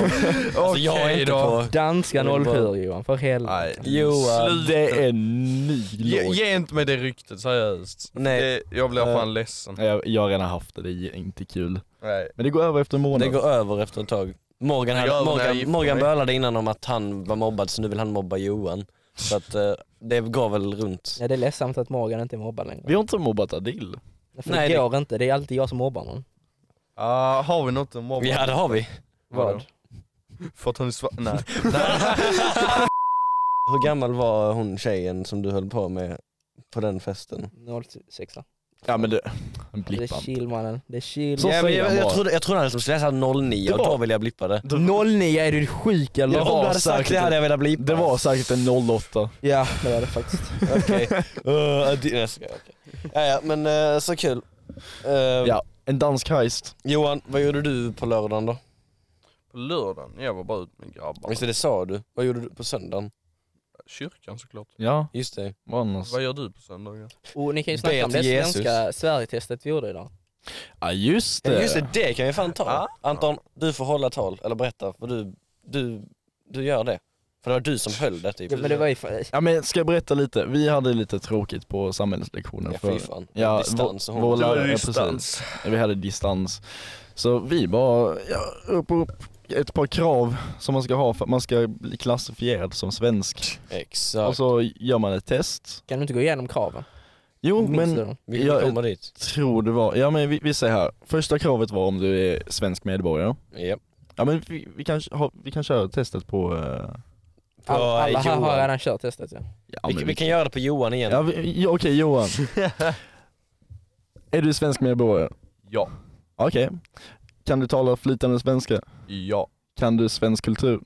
Alltså jag är Okej inte då. på... Danska Jag vill bara- 07 Johan, för Nej. helvete. Johan. Sluta. äh, Det är ny Ge, låg. ge inte mig det ryktet seriöst. Nej, Det, jag blir fan Eh. ledsen. Nej, Jag, jag har redan haft det, det är inte kul. Nej. Men det går över efter en månad. det går över efter ett tag. Morgan, Det går hade, över när jag gifter Morgan, mig. Morgan bölade innan om att han var mobbad så nu vill han mobba Johan. Så att eh, det går väl runt. Ja, det är ledsamt att Morgan inte är mobbad längre. Vi har inte mobbat Adil. För Nej, det det- går inte, det är alltid jag som mobbar någon. Ah, har vi något om mobbning? Ja det har vi. Vad? För att hon är svart? Nej. Hur gammal var hon tjejen som du höll på med på den festen? 06 Ja men det, Det är blippa inte. chill mannen, det är chill. Så ja, men säger jag, han jag, bara. trodde, jag trodde han skulle läsa 09 och Det var- då ville jag blippa det. 09 är du sjuk eller? Ja, var om du hade sagt säkert det hade jag velat blippa. Det var säkert en 08. Ja, det var det faktiskt. Okej. Eh, det- jag skojar, okej. Ja, ja, men eh, så kul. Eh, Ja, en dansk heist. Johan, vad gjorde du på lördagen då? På lördagen, jag var bara ute med grabbar. Just det, det sa du. Vad gjorde du på söndagen? Kyrkan såklart. Ja, Just det. vad annars? Vad gör du på söndagar? Och ni kan ju Be snacka om det till Jesus. svenska Sverigetestet vi gjorde idag. Ja just Ja, det. just det, det kan vi fan ta. Ah. Anton, du får hålla tal, eller berätta, för du, du, du gör det. För det var du som höll det typ. Ja, men det var ju fan... Ja men ska jag berätta lite? Vi hade lite tråkigt på samhällslektionen Ja, för fy fan. Ja, Distans och vår- hon. vår lärare- ja, precis. vi hade distans. Så vi bara, ja, upp och upp ett par krav som man ska ha för att man ska bli klassifierad som svensk. Och Exakt. så gör man ett test. Kan du inte gå igenom kraven? Jo Minns du men dem? Vi jag- kommer dit. tror det var, ja men vi, vi säger här, första kravet var om du är svensk medborgare. Ja. Ja men vi, vi, kan, ha, vi kan köra testet på, eh, På Alla, alla här har Johan. redan kört testet ja. ja, vi, men vi kan göra det på Johan igen. Ja, vi- ja, okej Johan. är du svensk medborgare? Ja. Okej. Kan du tala flytande svenska? Ja. Kan du svensk kultur?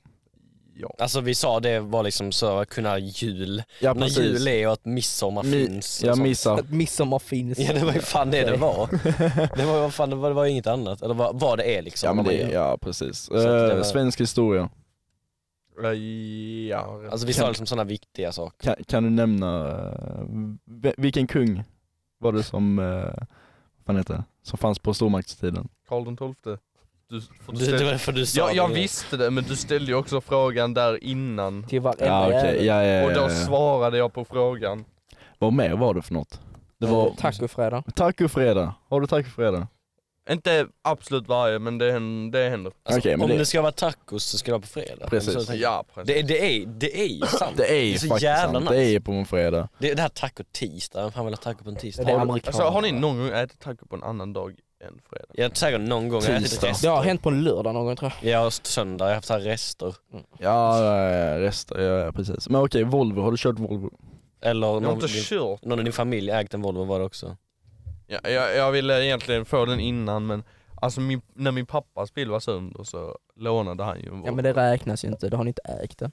Ja. Alltså vi sa det var liksom så att kunna jul, Ja när jul är och att midsommar Mi- finns. och Jag sånt. missar. Att midsommar finns. Ja det var ju fan det det var. Det var ju vad fan, det var, det var ju inget annat, eller vad, vad det är liksom. Ja men vad man det, gör. ja precis. att det Eh, var- Svensk historia. Eh, ja. Alltså vi sa liksom sådana viktiga saker. Kan, kan du nämna, eh, ve- vilken kung var det som, eh, vad fan heter det? Som fanns på stormaktstiden? Karl den tolfte. Du, för du Du, det ställ... var därför du sa jag, jag det. visste det men du ställde ju också frågan där innan. Till varenda Ja okej, jävel. ja, ja, Och ja, då Eh. ja. svarade jag på frågan. Vad mer var det för något? Det var Tacofredag. tacofredag. Har du tacofredag? Inte absolut varje men det händer. Det händer. Alltså, Okej, men om det- det... ska vara tacos så ska det vara på fredag. Precis. Så tänkte jag. Ja precis. Alltså, Det, är- det, är, det är ju sant. Det är, är så faktiskt jävla sant. nice. Det är på en fredag. Det, det här taco-tisdag, vem fan vill ha taco på en tisdag? Det är Har du- amerikaner. Alltså har ni någon gång ätit taco på en annan dag än fredag? Jag har säkert någon gång ätit Tisdag. Det rester. har hänt på en lördag någon gång tror jag. Jag har haft söndag, jag har haft så här rester. Ja, ja, ja, resta, ja, ja precis. Men okej, Volvo, har du kört Volvo? Eller Jag har någon, inte din, kört. någon i din familj ägt en Volvo var det också. Ja, jag, jag ville egentligen få den innan men alltså min, när min pappas bil var sönder så lånade han ju en Ja Volvo. men det räknas ju inte, då har ni inte ägt den.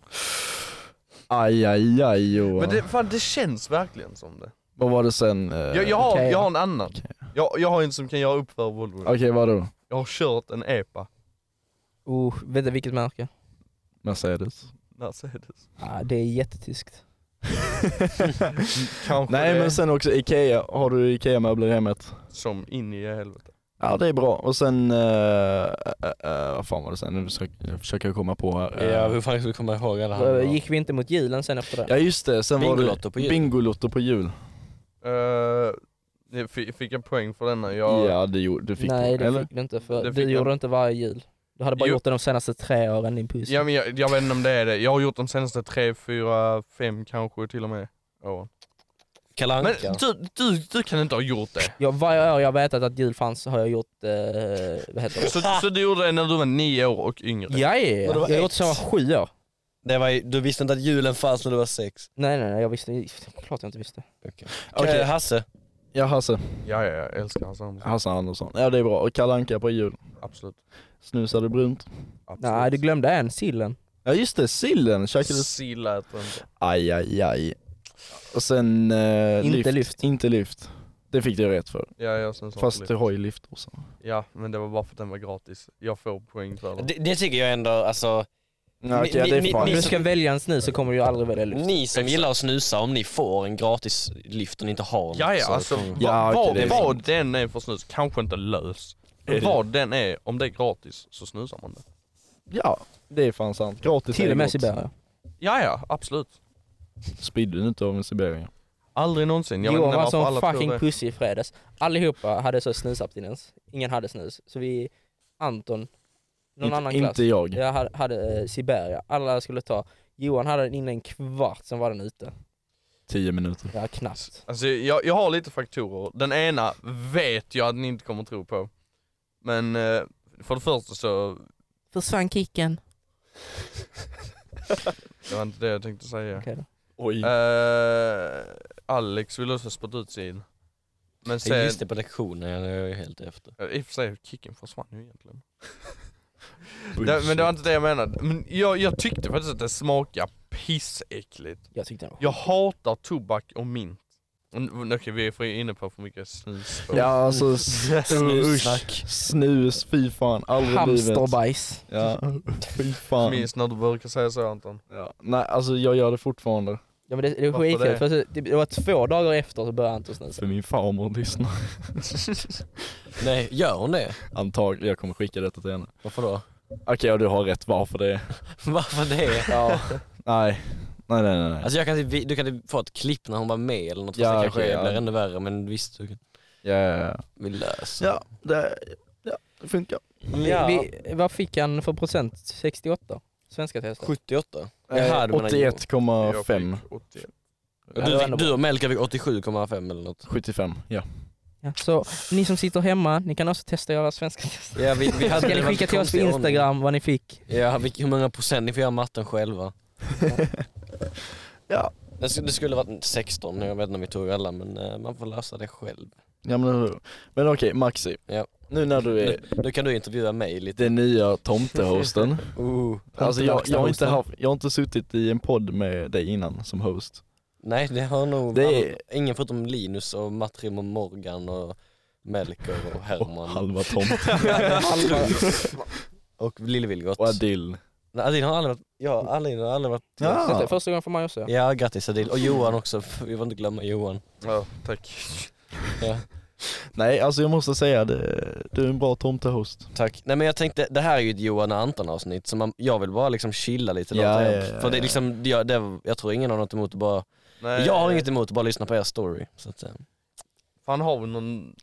Aj, aj, aj Johan. Men det, fan, det känns verkligen som det. Vad var det sen? eh, Jag, jag, har, Okej, jag ja. har en annan. Jag, jag har en som kan göra upp för Volvo. Okej, vadå? Jag har kört en EPA. Oh, vet du vilket märke? Mercedes. Mercedes. Ah, det är jättetyskt. Kanske Nej det men sen också Ikea, har du Ikea-möbler i hemmet? som in i helvete. Ja det är bra. Och sen, eh, eh, eh, vad fan var det sen? Nu försöker jag försöker komma på här. Eh, Ja, hur fan ska vi komma ihåg alla Då handlar? Gick vi inte mot julen sen efter det? ja just det, sen var Bingolotto det på jul. Bingolotto på jul. Eh, jag fi- fick jag poäng för denna? Jag, Ja, det, gjorde, det fick Nej du. det eller? fick du inte för Det du fick jag. gjorde inte varje jul. Du hade bara Jo. gjort det de senaste tre åren din pussel. ja, men jag, jag vet inte om det är det. Jag har gjort de senaste tre, fyra, fem kanske till och med åren. Kalle Men Anka. du, du, du kan inte ha gjort det. Jag, varje år jag vetat att jul fanns har jag gjort, eh, vad heter det? Så, så du gjorde det när du var nio år och yngre? Ja, ja, ja. Och det var jag har gjort ett. så sju år. Det var, ju- du visste inte att julen fanns när du var sex. Nej nej nej, jag visste klart jag inte visste. Okej, Okej. Hasse. Ja Hasse, Ja, ja, jag älskar hans namn. Hassan Andersson. Ja det är bra. Och Kalle Anka på jul. Absolut. Snusar du brunt? Absolut. Nej du glömde en, sillen. Ja just det, sillen käkade du. Sill äter inte. Aj aj aj. Och sen... Eh, Inte lyft. Inte lyft. Det fick du rätt för. Ja, jag syns Fast du har ju lyft också. Ja, men det var bara för att den var gratis. Jag får poäng för den. Det, det tycker jag ändå, alltså, Ja, Ni- okej, ja, det ni- är fan. Om ni- du ska välja en snus så kommer du ju aldrig välja luft. ni som gillar att snusa, om ni får en gratis lyft och ni inte har något. Ja, ja, så- alltså Ja, vad, okej, det är vad, sant. den är för snus, kanske inte lös. Är det? Vad den är, om det är gratis så snusar man det. Ja, det är fan sant. Gratis Till är och med gott. Siberia. Ja, ja, absolut. Spydde du inte av en Siberia? Aldrig någonsin. Jag vet Johan inte var varför som alla tror fucking det. pussy i fredags. Allihopa hade så snusabstinens. Ingen hade snus. Så vi, Anton, någon inte, annan klass. inte jag. Jag hade, hade eh, Siberia. Alla skulle ta. Johan hade den inne en kvart, sen var den ute. Tio minuter. Ja, knappt. Alltså, jag, jag har lite faktorer. Den ena vet jag att ni inte kommer tro på. Men eh, för det första så, Försvann kicken. det var inte det jag tänkte säga. Okej då. Oj. Eh, Alex ville också spotta ut sin. Men sen, Just det, på lektionen, jag är ju helt efter. i och för sig, kicken försvann ju egentligen. Det, men det var inte det jag menade. Men jag, jag tyckte faktiskt att det smakade pissäckligt. Jag tyckte den var Jag hatar tobak och mint. Mm, Okej, vi är för- inne på för mycket snus. Ja alltså Snussnack. snus, snus, fy fan, aldrig i livet. Hamsterbajs. Ja, fy fan. Minns när du brukar säga så Anton? Ja. Nej alltså jag gör det fortfarande. Ja men det, det var Varför skitkul, det? för så- det det var två dagar efter så började Anton snusa. För min farmor lyssnar. Nej, gör hon det? Antagligen, jag kommer skicka detta till henne. Varför då? Okej ja, du har rätt varför det är. Varför det? Ja. nej. Nej nej nej. nej. Alltså jag kan, typ- du kan typ få ett klipp när hon var med eller något, fast Ja, det kanske okej, ja. blir ännu värre men visst, du kan, ja, ja, vi löser ja. ja, det, ja, det funkar. Vi, vi, vad fick han för procent? 68? Svenska testet? 78? Eh, Jaha, du menar Johan. 81,5. Jag fick 80. Ja, det var ändå Du, du och Melker fick 87,5 eller något. 75, ja. Ja, så ni som sitter hemma, ni kan också testa att göra svenska testet. Ja, vi, vi Ska ni skicka till oss på Instagram vad ni fick? Ja, vilka- hur många procent? Ni får göra matten själva. Ja. Det skulle, det skulle varit 16, jag vet inte om vi tog alla men eh, man får lösa det själv. ja men, hur- men okej, Maxi. Ja. Nu när du är Nu, nu kan du intervjua mig lite. den nya tomtehosten. Oh, alltså jag, jag, har inte haft, jag har inte suttit i en podd med dig innan som host. Nej det har nog Det all, är- ingen förutom Linus och Matrim och Morgan och Melker och Och Herman halva tomten. och Lillevillgott. Och Adil. Nej, Adil har aldrig varit, ja Adil har aldrig varit, Detta är Ja. första gången för mig också. ja grattis Adil och Johan också, vi får inte glömma Johan. Ja, tack. Ja. Nej alltså jag måste säga det, du är en bra tomtehost. Tack. Nej men jag tänkte, det här är ju ett Johan och Anton avsnitt så man, jag vill bara liksom chilla lite. Ja, låta er- ja, ja, För det är ja. liksom, jag, det, jag tror ingen har något emot att bara, Nej, jag har inget emot att bara lyssna på er story. Så att, eh, Fan har vi någon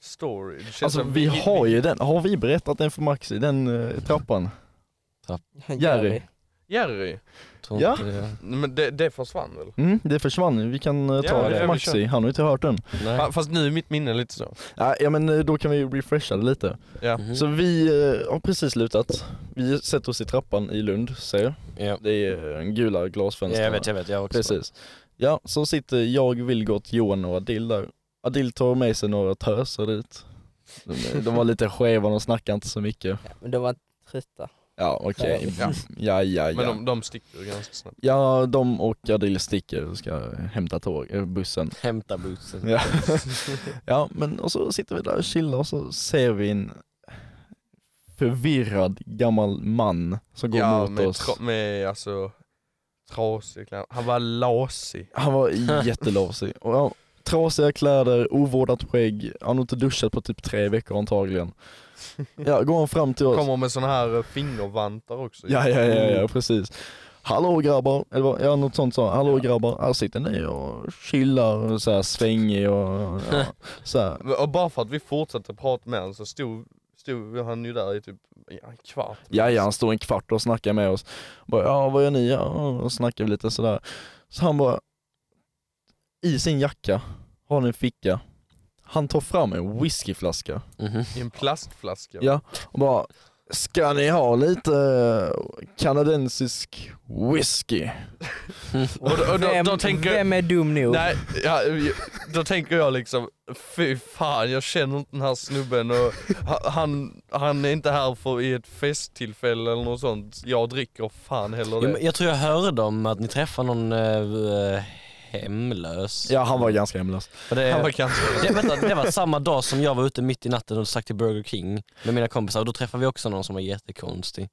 story? Det känns Alltså som vi har ju den, har vi berättat den för Maxi, den eh, trappan? Jerry. Jerry? tror Ja. inte det. Nej, Men det, det försvann väl? Mm, det försvann ju. vi kan eh, ta Ja, det det är för vi Maxi, kör. han har ju inte hört den. Nej. Fa- Fast nu är mitt minne lite så. Nej, Ja men eh, då kan vi ju refresha det lite. Ja. Mhm. Så vi eh, har precis slutat. Vi sätter oss i trappan i Lund, ser jag. ja. Det är eh, en gula ja, glasfönster. jag vet, jag vet, jag också. Precis. Ja, så sitter jag, Vilgot, Johan och Adil där. Adil tar med sig några töser dit. De, de var lite skeva, de snackade inte så mycket. Ja, Men de var trötta. Ja, okej. Ja, ja, ja. Men Ja. de, de sticker ju ganska snabbt. ja, de och Adil sticker och ska hämta tåg, eh, bussen. Hämta bootsen. Ja. ja, men och så sitter vi där och chillar och så ser vi en förvirrad gammal man som går Ja, mot med, oss. tra- med alltså trasiga kläder. Han var lasig. Han var jättelasig. Och jag, trasiga kläder, ovårdat skägg, han har inte duschat på typ tre veckor antagligen. Ja, går han fram till oss. Kommer med såna här eh, fingervantar också. Mm. Ja, ja, ja, ja, precis. Hallå grabbar, eller vad- ja, något sånt sa han. Hallå grabbar, här sitter ni och chillar och så här svängig och ja, så här. Men- Mm. Och bara för att vi fortsatte prata med honom så stod, stod han ju där i typ ja, en kvart. Ja, ja, han står en kvart och snackar med oss. Bara, ja, vad gör ni? Ja, och snackar vi lite sådär. Så han bara, i sin jacka har han en ficka. Han tar fram en whiskyflaska Mhm. I en plastflaska. Ja. och bara, ska ni ha lite eh, kanadensisk whisky? Och då, och då, Vem, då tänker vem är dum nog? Nej, ja, då tänker jag liksom, fy fan jag känner inte den här snubben och ha- han, han är inte här för i ett festtillfälle eller något sånt. Jag dricker fan heller Jo, men det. Jag tror jag hörde om att ni träffade någon eh, hemlös. Ja, han var ganska hemlös. För det, Han var kanske, det, vänta, det var samma dag som jag var ute mitt i natten och stack till Burger King med mina kompisar och då träffade vi också någon som var jättekonstig.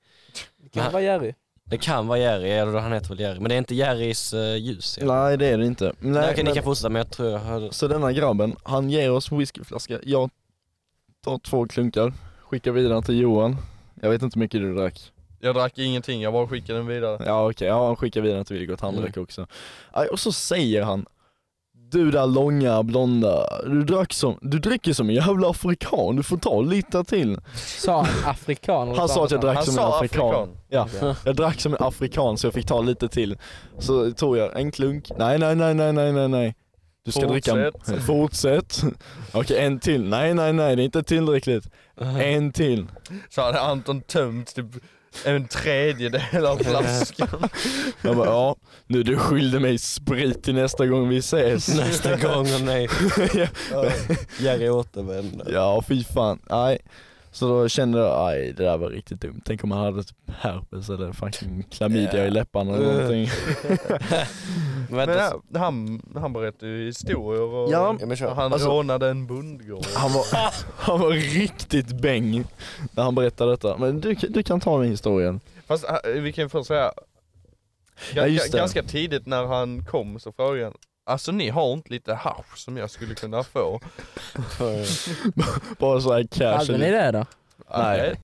Det kan vara Jerry. Det kan vara Jerry, eller han heter väl Jerry, men det är inte Jerrys eh, ljus. Nej, Nej, det är det inte. Nej, Nej, okej, men- ni kan fortsätta men jag tror jag hörde... Så denna grabben, han ger oss whiskyflaska, jag tar två klunkar, skickar vidare till Johan. Jag vet inte hur mycket du drack. jag drack ingenting, jag bara skickade den vidare. Ja okej, ja, han skickar vidare till Vilgot, han Mm. drack också. Aj, Och så säger han Du där långa blonda, du, drack som, du dricker som en jävla afrikan, du får ta lite till. Sa han afrikan? Han sa att jag drack Han som en sa afrikan. afrikan. Ja, jag drack som en afrikan så jag fick ta lite till. Så tog jag en klunk, nej nej nej nej nej nej nej. Du ska dricka, Fortsätt. fortsätt. Okej en till, nej nej nej det är inte tillräckligt. En till. Så hade Anton tömt typ en tredjedel av flaskan. Jag bara ja, nu du skyllde mig sprit till nästa gång vi ses. Nästa gång, och nej. Jerry återvänder. Ja, fy fan. Nej. Så då kände jag, aj det där var riktigt dumt. Tänk om man hade typ herpes eller fucking klamydia i läpparna eller Eh. någonting. Vänta, Men ja, han, han berättade ju historier och Ja, ja, men kör. han alltså- rånade en bondgård. Han var, han var riktigt bäng när han berättade detta. Men du, du kan ta den historien. Fast eh, vi kan ju först säga, Ja, just det. ganska tidigt när han kom så frågade han Alltså ni har inte lite hasch som jag skulle kunna få? Bara så här Hade ni casually. det då? Nej.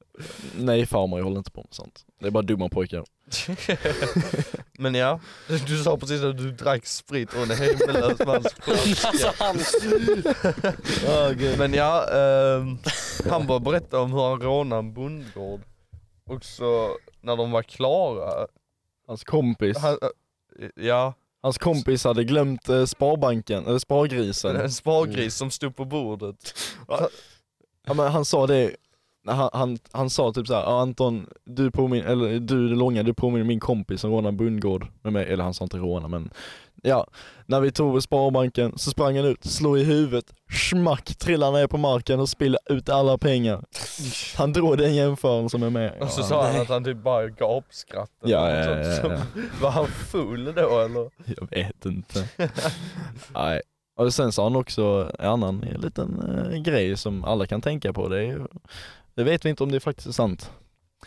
Nej farmor, jag håller inte på med sånt. Det är bara dumma pojkar. Men ja, du sa precis att du drack sprit och en hemlös mans flaska. Men ja, ehm, han bara berättade om hur han rånade en bondgård. Och så när de var klara, Hans kompis, han, eh, ja, hans kompis hade glömt eh, sparbanken, eller spargrisen. en spargris som stod på bordet. Ja, men han sa det, han, han, han sa typ såhär, "Ja, Anton, du påminner, eller du det långa, du påminner min kompis som rånade Bundgård med mig, eller han sa inte råna men Ja, när vi tog Sparbanken så sprang han ut, slog i huvudet, smack trillade ner på marken och spillde ut alla pengar. Han drog den jämförelsen med mig. Och så sa han att han typ bara gapskrattade. Ja, och ja, sånt. ja, ja, ja. Så Var han full då eller? Jag vet inte. Nej. Och sen sa han också en annan liten eh, grej som alla kan tänka på. Det, är, ju- det vet vi inte om det är faktiskt sant.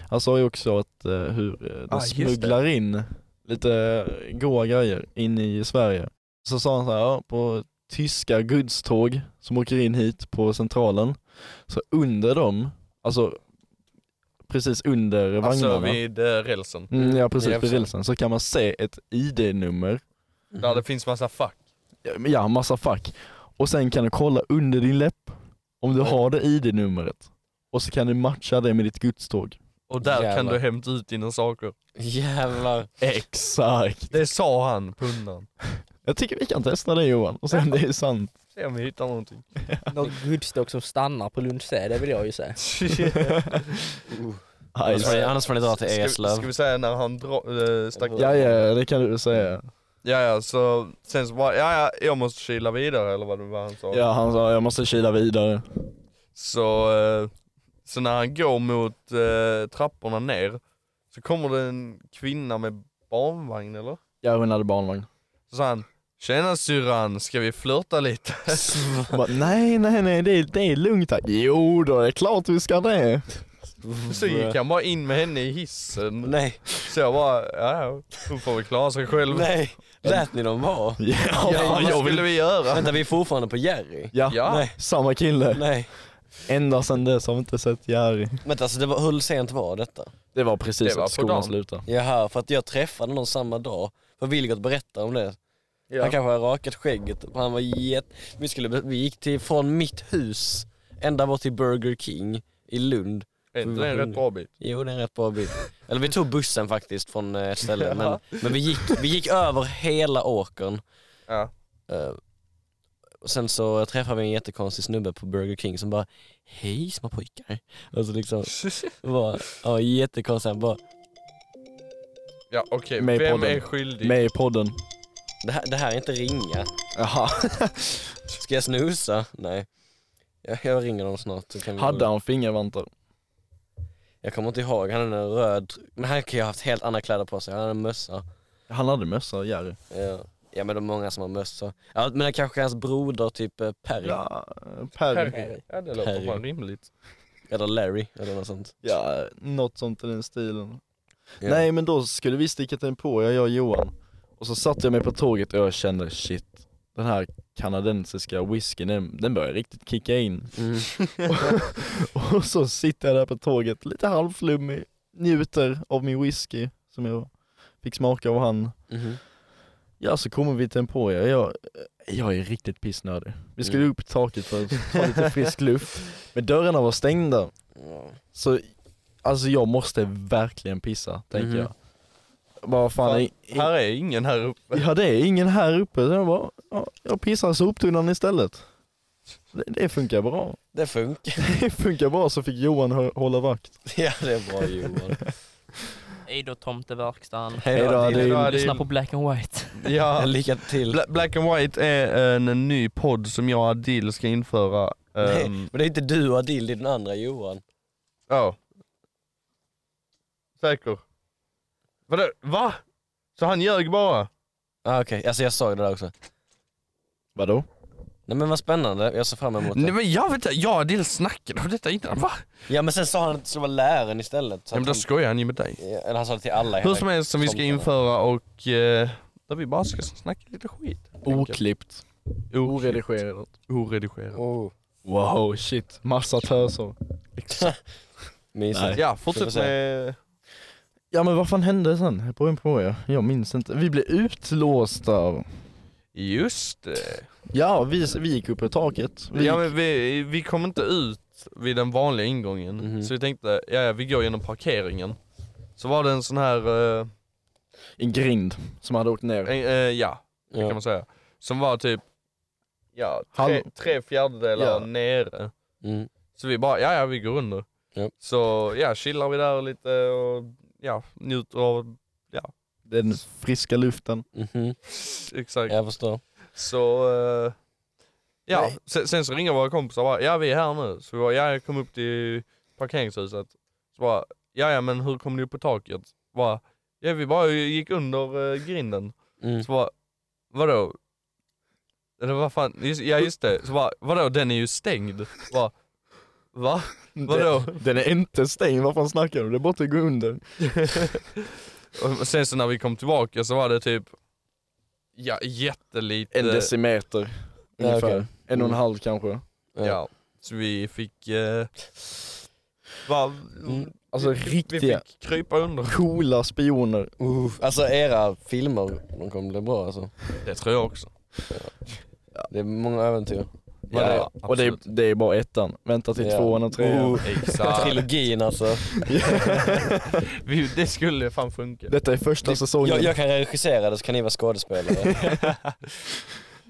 Han sa ju också att eh, hur eh, de Ah, just det. smugglar in lite eh, goa grejer in i Sverige. Så sa han så här, ja, på tyska godståg som åker in hit på centralen, så under dem, alltså precis under Alltså vagnarna, vid eh, rälsen. mm, ja precis jag vid förstår. rälsen, så kan man se ett ID-nummer Där det finns massa fack. ja, massa fack. Och sen kan du kolla under din läpp om du har det ID-numret. Och så kan du matcha det med ditt gudståg. Och där kan Jävlar. du hämta ut dina saker. Jävlar. Exakt. Det sa han, pundaren. Jag tycker vi kan testa det Johan, och se om det är sant. Se om vi hittar någonting. Något gudstock som stannar på Lundsä, det vill jag ju säga. Uh. Aj, Annars får ni- Annars får ni dra till Ska, Eslöv. ska vi säga när han dra, eh, stack ja, ja, det kan du väl säga. ja ja, så sen så bara, ja ja, jag måste kila vidare eller vad det var han sa. Ja, han sa jag måste kila vidare. Så, eh, så när han går mot eh, trapporna ner så kommer det en kvinna med barnvagn eller? Ja, hon hade barnvagn. Så sa han Tjena syrran, ska vi flirta lite? Hon bara, nej, nej, nej, det är, det är lugnt här. Jo då, det är klart vi ska det. Så gick han bara in med henne i hissen. Mm, Nej, Så jag bara, ja ja, hon får väl klara sig själv. nej. Lät ni dem vara? Ja, vad jag skulle vill... vi göra? Vänta, vi är fortfarande på Jerry. ja. Ja. Nej, samma kille. nej. Ända sedan dess har vi inte sett Jerry. Vänta, alltså det var, hur sent var detta? Det var precis Det var att på skolan dagen. slutade. Jaha, för att jag träffade någon samma dag. För Vilgot berättade om det. Ja. Han kanske har rakat skägget. och Han var jätt... vi, skulle... vi gick till, från mitt hus ända bort till Burger King i Lund. Är inte det en rätt bra bit? Jo, det är en rätt bra bit. Eller vi tog bussen faktiskt från eh, ett ställe. Men, men vi, gick, vi gick över hela åkern. Ja. Eh, och sen så träffade vi en jättekonstig snubbe på Burger King som bara Hej små pojkar. Och så liksom, bara, ja jättekonstigt. Han bara, Ja okej, Med i vem podden. är skyldig? Med i podden. det här, det här är inte ringa. Jaha. Ska jag snusa? Nej. Jag, jag ringer dem snart. så Kan vi Hade han fingervantar? Jag kommer inte ihåg, han hade en röd, men han kan ju ha haft helt andra kläder på sig. Han hade en mössa. Han hade mössa, Jerry. Ja, ja men det är många som har mössa. Ja, men det kanske är hans broder, typ eh, Perry. Ja, Perry. Perry. Ja det låter Perry. fan rimligt. Eller Larry, eller något sånt. Ja, något sånt i den stilen. Ja. Nej men då skulle vi sticka till en på, jag och Johan. Och så satte jag mig på tåget och jag kände shit, den här kanadensiska whiskyn den, den börjar riktigt kicka in. Mm. Och så sitter jag där på tåget, lite halvflummig, njuter av min whisky som jag fick smaka av han. Mhm. Ja så kommer vi till en på, jag, jag, jag är riktigt pissnödig. Vi skulle upp i taket för att ta lite frisk luft, men dörrarna var stängda. Ja. Så alltså jag måste verkligen pissa, tänker Mhm. jag. Bara fan, Fan, i- i- Här är ingen här uppe. ja det är ingen här uppe, så jag bara, ja, jag pissar i soptunnan istället. Det, det funkar bra. Det funkar. Det funkar bra så fick Johan hö- hålla vakt. ja, det är bra Johan. Hej då tomteverkstan. Hej då, Hej då, Adin. Adin. Lyssna på Black and White. Ja. Lycka till. Bla- Black and White är en ny podd som jag och Adil ska införa. Nej, Ehm, Men det är inte du Adil, det är den andra Johan. Ja. Säker? Vadå? Va? Så han ljög bara? Ah, Okej, alltså jag såg det där också. Vadå? Nej men vad spännande, jag ser fram emot det. Nej men jag vet inte, jag och Adil snackade om detta innan va? Ja men sen sa han att det skulle vara läraren istället. Så Nej men att då han, skojar han ju med dig. Ja, eller han sa det till alla i Hur hela- som helst som vi ska samtalet. införa och eh, där vi bara ska snacka lite skit. Oklippt. Oredigerat. Oredigerat. Oh. Wow, shit. Massa töser. Mysigt. Nej. Ja, Vi får fortsätt se. med... Ja men vad fan hände sen? På en på jag. Jag minns inte. Vi blev utlåsta. Just det. Ja, vi, vi gick upp på taket. Vi Ja men vi, vi kom inte ut vid den vanliga ingången, Mhm. så vi tänkte, ja, ja vi går genom parkeringen. Så var det en sån här, eh, En grind som hade åkt ner. en, eh, ja, Ja. kan man säga, som var typ, ja, tre, Halv- tre fjärdedelar Ja. nere. Mm. Så vi bara, ja ja vi går under. Ja. Så ja, chillar vi där lite och ja, njuter av, Den friska luften. Mhm. exakt. Jag förstår. Så, eh, ja, Nej. sen, sen så ringer våra kompisar bara, ja vi är här nu. Så vi bara, ja jag kom upp till parkeringshuset. Så bara, ja ja men hur kom ni upp på taket? Bara, ja vi bara gick under eh, grinden. Mm. Så bara, vadå? Eller vad fan, just, ja just det. Så bara, vadå den är ju stängd. Bara, va? Vadå? Den, den är inte stängd, vad fan snackar du om? Det är bara att gå under. Och sen så när vi kom tillbaka så var det typ, ja jättelite. En decimeter Ja, ungefär. okej. En och en Mm. halv kanske. Ja. Så vi fick, eh, bara, Mm. Alltså vi, vi riktiga fick krypa under. coola spioner. Uh, alltså era filmer, de kommer bli bra alltså. Det tror jag också. Det är många äventyr. Ja, och det är, det är bara ettan. Vänta till Ja. tvåan och trean. Oh. Exakt. Trilogin alltså. Vi- det skulle fan funka. Detta är första säsongen. Jag, jag kan regissera det så kan ni vara skådespelare.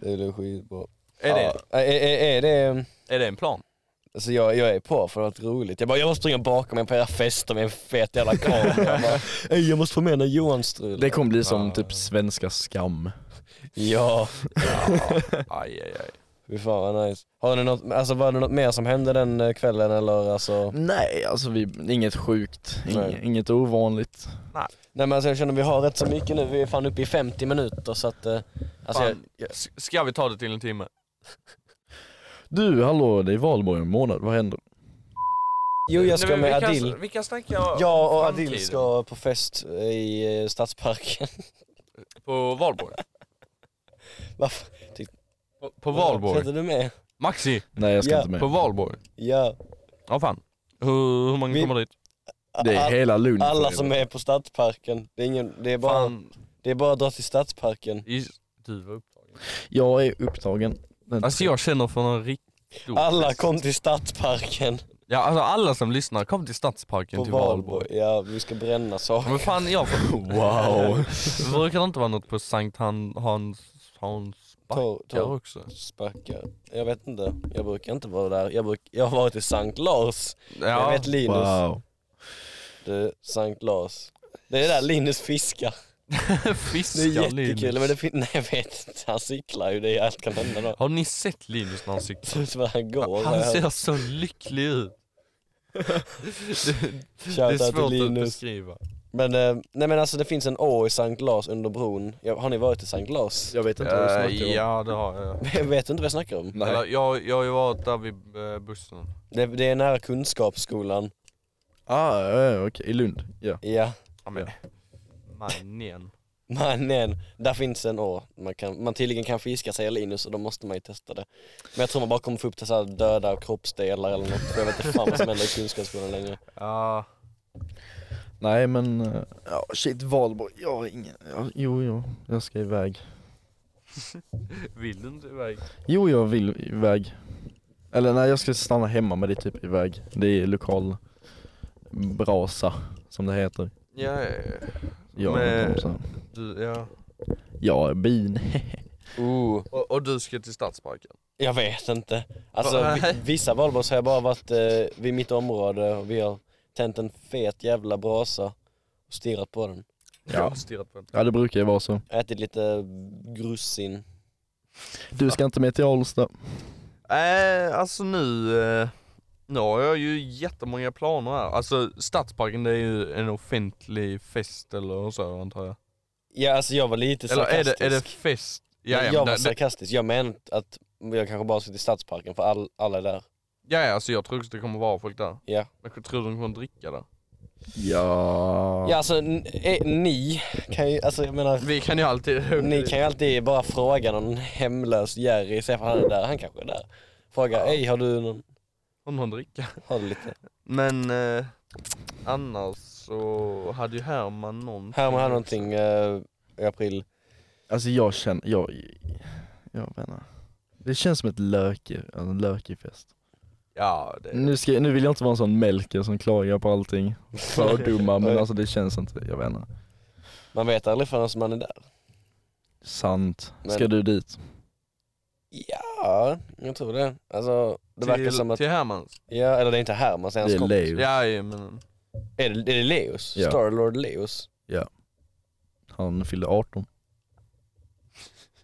det är skitbra. Är, det, Ja, är, är, är det, mm, är det en plan? alltså jag, jag är på för det har varit roligt. Jag bara, jag måste springa bakom er på era fester med en fet jävla kamera. Jag, bara, "Ey, jag måste få med den där Johan Strul. Det kommer bli som Ja. typ svenska skam. Ja, Aj, aj, aj. fy fan vad nice. Har ni något, alltså var det något mer som hände den eh, kvällen eller alltså? Nej, alltså vi, inget sjukt, Nej. ing, inget ovanligt. Nej men alltså jag känner vi har rätt så mycket nu, vi är fan uppe i 50 minuter så att, eh, alltså jag, Fan, s- Ska vi ta det till en timme? Du, hallå, det är valborg om en månad, vad händer? jo jag ska Nej, men vi med kan- Adil. Vi kan snacka om Jag och framtiden Adil ska på fest i eh, Stadsparken. på valborg. Varför? På, på valborg. Sätter du med? Maxi, Nej jag ska Ja. inte på med. valborg. Ja. Ja fan. Hur, hur många Vi- kommer dit? Det är hela Lund. Alla som är på Stadsparken. Det är, ingen, det är, bara, Fan. det är bara att dra till Stadsparken. is- Du var upptagen. Jag är upptagen. Den Alltså jag känner för någon riktig Alla kom till Stadsparken Ja alltså alla som lyssnar kom till Stadsparken på till valborg. valborg. Ja, vi ska bränna saker. Men fan jag Wow. Det brukar inte vara något på Sankt Han, Hans, Hans Tor- backar tor- också? Sparkar. Jag vet inte, jag brukar inte vara där. Jag, bruk, jag har varit i Sankt Lars. Jag Ja, vet Linus. Wow. Du, Sankt eh, Lars. Det är där Linus fiskar. Det är fiskar jättekul. Men det Linus. fin- Nej jag vet inte, han cyklar ju. Det är allt kan hända då. Har ni sett Linus när han Det cyklar? ser ut som att han går. Han ser så lycklig ut. Det, det är Shoutout till svårt att Linus. beskriva. Men, eh, nej men alltså det finns en å i Sankt Lars under bron. Ja, har ni varit i Sankt Lars? Jag vet inte vad du Eh, snackar om. ja det har jag. Jag vet inte vad jag snackar om. Eller, jag, jag har ju varit där vid eh, bussen. Det, det är nära Kunskapsskolan. Ah, eh, okej, i Lund. Ja. Ja, Ja, men. Mannen. mannen. Där finns en å. Man, kan, man tydligen kan fiska säger Linus och då måste man ju testa det. Men jag tror man bara kommer få upp till så här döda kroppsdelar eller något. För jag vet inte fan vad som händer i Kunskapsskolan längre. Ja, Nej men, eh, ja shit Valborg, jag har ingen, ja, jo jo, jag ska iväg. vill du inte iväg? Jo jag vill iväg. Eller nej jag ska stanna hemma men det är typ iväg. Det är lokal brasa som det heter. Ja, Jag, Men- men... så. du, ja. jag är bin. Oh. Och, och du ska till Stadsparken? Jag vet inte. Alltså Nej. vi, vissa valborgs har jag bara varit eh, vid mitt område och vi har tänt en fet jävla brasa och stirrat på den. Ja. Jag har stirrat på den. Ja det brukar ju vara så. Ätit lite grussin. Du ska inte med till Alsta. Äh, alltså nu, eh, nu har jag ju jättemånga planer här. Alltså Stadsparken det är ju en offentlig fest eller så antar jag. Ja alltså jag var lite Eller är det, sarkastisk. är det fest? Ja, ja, jag men var det, det, sarkastisk, jag menar inte att jag kanske bara ska till Stadsparken för all, alla är där. ja, ja alltså jag tror också det kommer vara folk där. Ja. Jag tror de kommer dricka där. Ja. Ja alltså n- eh, ni kan ju, alltså jag menar, Vi kan ju alltid... ni kan ju alltid bara fråga någon hemlös Jerry, se om han är där, han kanske är där. Fråga, hej har du någon, Om någon dricka. har du lite? Men eh, annars så hade ju Herman någonting. Här har någonting eh, i april. Alltså jag känner, jag, jag vet inte. Det känns som ett löke, alltså, en lökig fest. Ja, det... Nu, ska, nu vill jag inte vara en sån melker som klagar på allting. Fördomar men alltså det känns inte, jag vet inte. Man vet aldrig förrän man är där. Sant. Men- Ska du dit? Ja, jag tror det. Alltså det verkar till, som att, Till Hermans? ja eller det är inte Herman, Det det är hans är kompis. Leo. Ja, ja, men Är det, är det Leos? Ja. Starlord Leos? Han fyllde 18.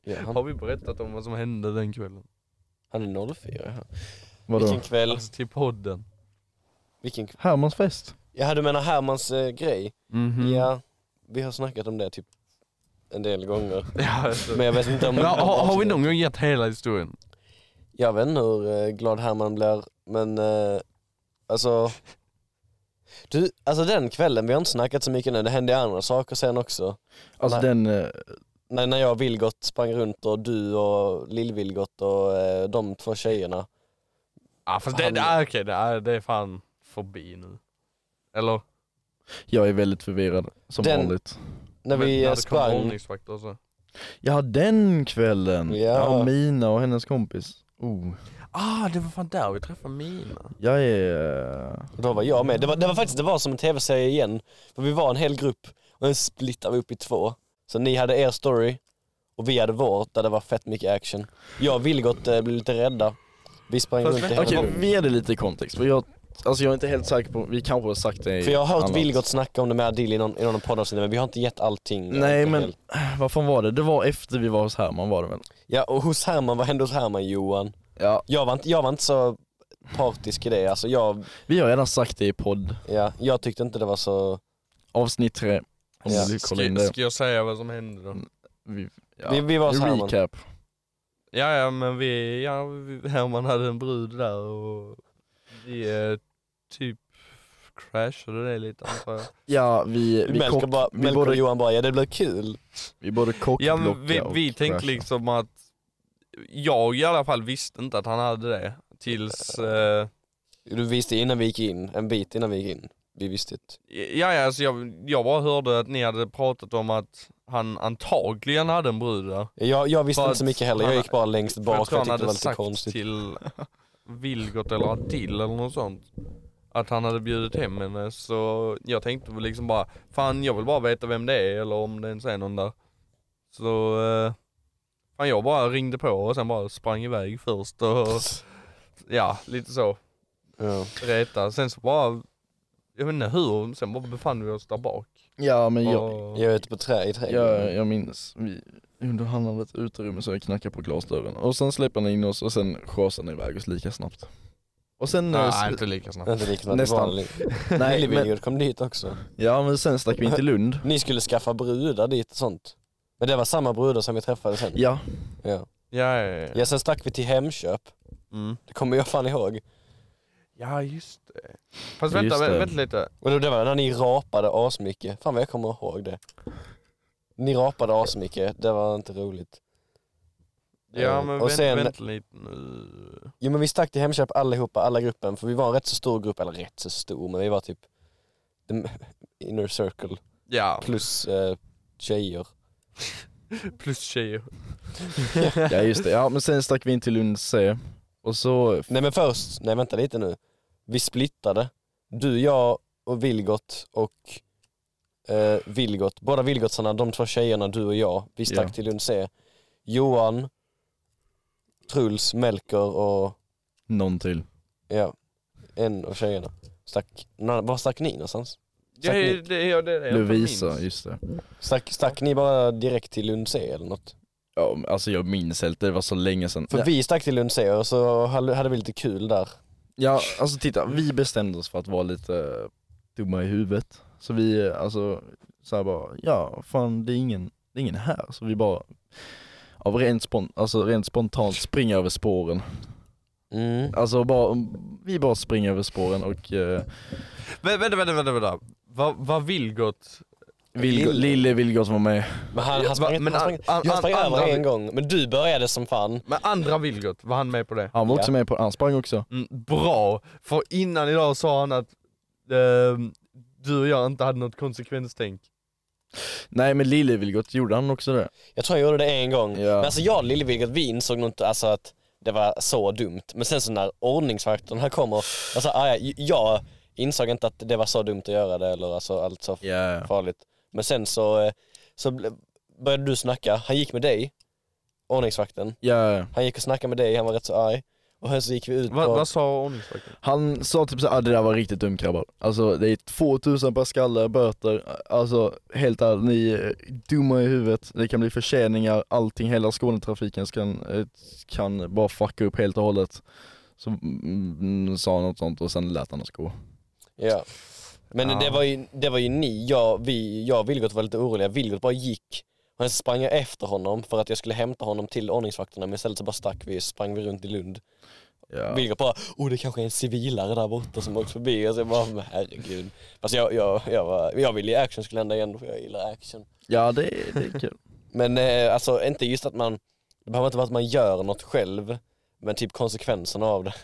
Ja, han, Har vi berättat om vad som hände den kvällen? han är 04 ja. Vadå? Vilken kväll, Alltså till podden? vilken kväll. Hermans fest. Ja du menar Hermans eh, grej? Mhm. Ja, vi har snackat om det typ en del gånger. Ja, alltså. Men jag vet inte om... Ja, har, har vi någon gång gett hela historien? Jag vet inte hur eh, glad Herman blir, men eh, alltså... Du, alltså den kvällen, vi har inte snackat så mycket nu, det hände andra saker sen också. Alltså Nej. den, eh, När, när jag och Vilgot sprang runt och du och Lill-Vilgot och eh, de två tjejerna. Ja fast det, det, ah, okej, det, är, det är fan förbi nu. Eller? jag är väldigt förvirrad som Den- vanligt. När men vi eh, det kommer sprang. ordningsvakter och så. Ja den kvällen! Ja. Ja. Mina och hennes kompis. Oh, Ah det var fan där vi träffade Mina. jag är... eh, Då var jag med. Det var, det var faktiskt det var som en tv-serie igen. För vi var en hel grupp och sen splittade vi upp i två. Så ni hade er story och vi hade vårt där det var fett mycket action. Jag och Vilgot eh, blev lite rädda. Vi sprang Fast runt i vänta, hela Okej, rummet. vi ger det lite kontext. För jag, alltså jag är inte helt säker på, vi kanske har sagt det i För jag har hört annat. Vilgot snacka om det med Adil i någon, i någon poddavsnitt men vi har inte gett allting. eh, Nej Helt men, enkelt. vad fan var det? Det var efter vi var hos Herman var det väl? Ja och hos Herman, vad hände hos Herman Johan? Ja, Jag var inte, jag var inte så partisk i det. Alltså jag, vi har redan sagt det i podd, ja, jag tyckte inte det var så... avsnitt tre. Om Ja. du vill kolla in Ska, det. ska jag säga vad som hände då? Vi, ja. Vi, vi var hos Herman. Recap. Ja ja men vi, ja, vi, Herman hade en brud där och vi eh, typ crashade det lite antar jag. Ja, vi, vi, Melker, kock, bara, vi, Melker både, och Johan bara, ja det blev kul. vi både Ja kockblockade men vi, och vi tänkte crashade. liksom att jag i alla fall visste inte att han hade det tills, eh, Du visste innan vi gick in, en bit innan vi gick in. Vi visste det. ja, ja alltså jag, jag bara hörde att ni hade pratat om att han antagligen hade en brud där. Jag, jag visste Vad- inte så mycket heller, jag gick bara längst För bak. Jag tyckte han det var lite sagt konstigt. till Vilgot eller Adil eller något sånt att han hade bjudit hem henne så jag tänkte väl liksom bara fan jag vill bara veta vem det är eller om det ens är någon där. Så eh, fan jag bara ringde på och sen bara sprang iväg först och ja lite så Ja. reta. Sen så bara jag vet inte hur, sen bara befann vi oss där bak. Ja men jag, Och, Jag är ute på trä i jag, trädgården. jag minns, vi underhandlade ett utrymme så jag knackade på glasdörren och sen släppte han in oss och sen schasade han iväg oss lika snabbt. Och sen... eh, s- nej inte lika snabbt. Inte likt något Nästan. vanligt. nej, men, Lillebygård kom dit också. ja men sen stack vi in till Lund. Ni skulle skaffa brudar dit och sånt. Men det var samma brudar som vi träffade sen. Ja, Ja. Ja, ja, ja. ja sen stack vi till Hemköp. Mm. Det kommer jag fan ihåg. ja just det. Fast Just vänta, det. vä- vänta lite. Och då- det var när ni rapade asmycket. Fan vad jag kommer ihåg det. Ni rapade asmycket, det var inte roligt. Ja Eh, men och vänt, sen- vänta lite nu. Jo men vi stack till Hemköp allihopa, alla gruppen, för vi var en rätt så stor grupp, eller rätt så stor, men vi var typ the inner circle Ja, plus eh, tjejer. plus tjejer. ja just det. Ja men sen stack vi in till Lund C. Och så, Nej men först, nej vänta lite nu. Vi splittade. Du, jag och Vilgot och eh, Vilgot, båda Vilgotsarna, de två tjejerna, du och jag, vi stack Ja. till Lund C. Johan, Truls, Melker och någon till. ja, en av tjejerna. Stack, na, var stack ni någonstans? Ja, Stack det, ni, det, ja, det, är det jag inte Lovisa, minns. just det. stack, stack ni bara direkt till Lund C eller något? Ja, men alltså jag minns helt, det var så länge sedan. För vi stack till Lund C och så hade hade vi lite kul där. Ja, alltså titta, vi bestämde oss för att vara lite eh, dumma i huvudet. Så vi, eh, alltså, så här bara, ja fan det är ingen, det är ingen här. Så vi bara, av rent, spon- alltså, rent spontant springer över spåren. Mm. Alltså bara, vi bara springer över spåren och eh, Vä- Vänta, vänta, vänta, vänta. Vad va Vilgot? Vilgo, Lille Vilgot var med. Men han, han Va? sprang, Men han sprang, an- an- jag sprang an- över andra- en gång, men du började som fan. Men andra Vilgot, var han med på det? Han var också Ja. med på, han sprang också. Mm, bra! För innan idag sa han att ehm, du och jag inte hade något konsekvenstänk. Nej men Lille Vilgot, gjorde han också det? Jag tror jag gjorde det en gång. Ja. Men alltså jag och Lillevigget, vi insåg nog inte alltså att det var så dumt. Men sen så när ordningsvakterna här kommer, alltså ah, ja, jag insåg inte att det var så dumt att göra det eller alltså allt så Ja. farligt. Men sen så, eh, så ble- började du snacka, han gick med dig, ordningsvakten. Ja, Han gick och snackade med dig, han var rätt så arg. Och sen så gick vi ut Va, på... Vad sa ordningsvakten? han sa typ såhär, ah, det där var riktigt dumt grabbar. Alltså det är 2000 per skalle, böter, alltså helt ärligt, ni är dumma i huvudet, det kan bli förseningar, allting, hela Skånetrafiken kan, eh, kan bara fucka upp helt och hållet. Så mm, sa han något sånt och sen lät han oss gå. Ja. Men Ja. det, var ju, det var ju ni, jag, vi, jag och Vilgot var lite oroliga. Vilgot bara gick. Och sen sprang jag efter honom för att jag skulle hämta honom till ordningsvakterna men istället så bara stack vi och sprang vi runt i Lund. Ja. Vilgot bara oh det kanske är en civilare där borta som åkt förbi och så jag bara "Men herregud. Fast jag, jag, jag, var, jag ville ju action skulle hända igen för jag gillar action. Ja det, är- det är kul. Men eh, alltså inte just att man, det behöver inte vara att man gör något själv men typ konsekvenserna av det.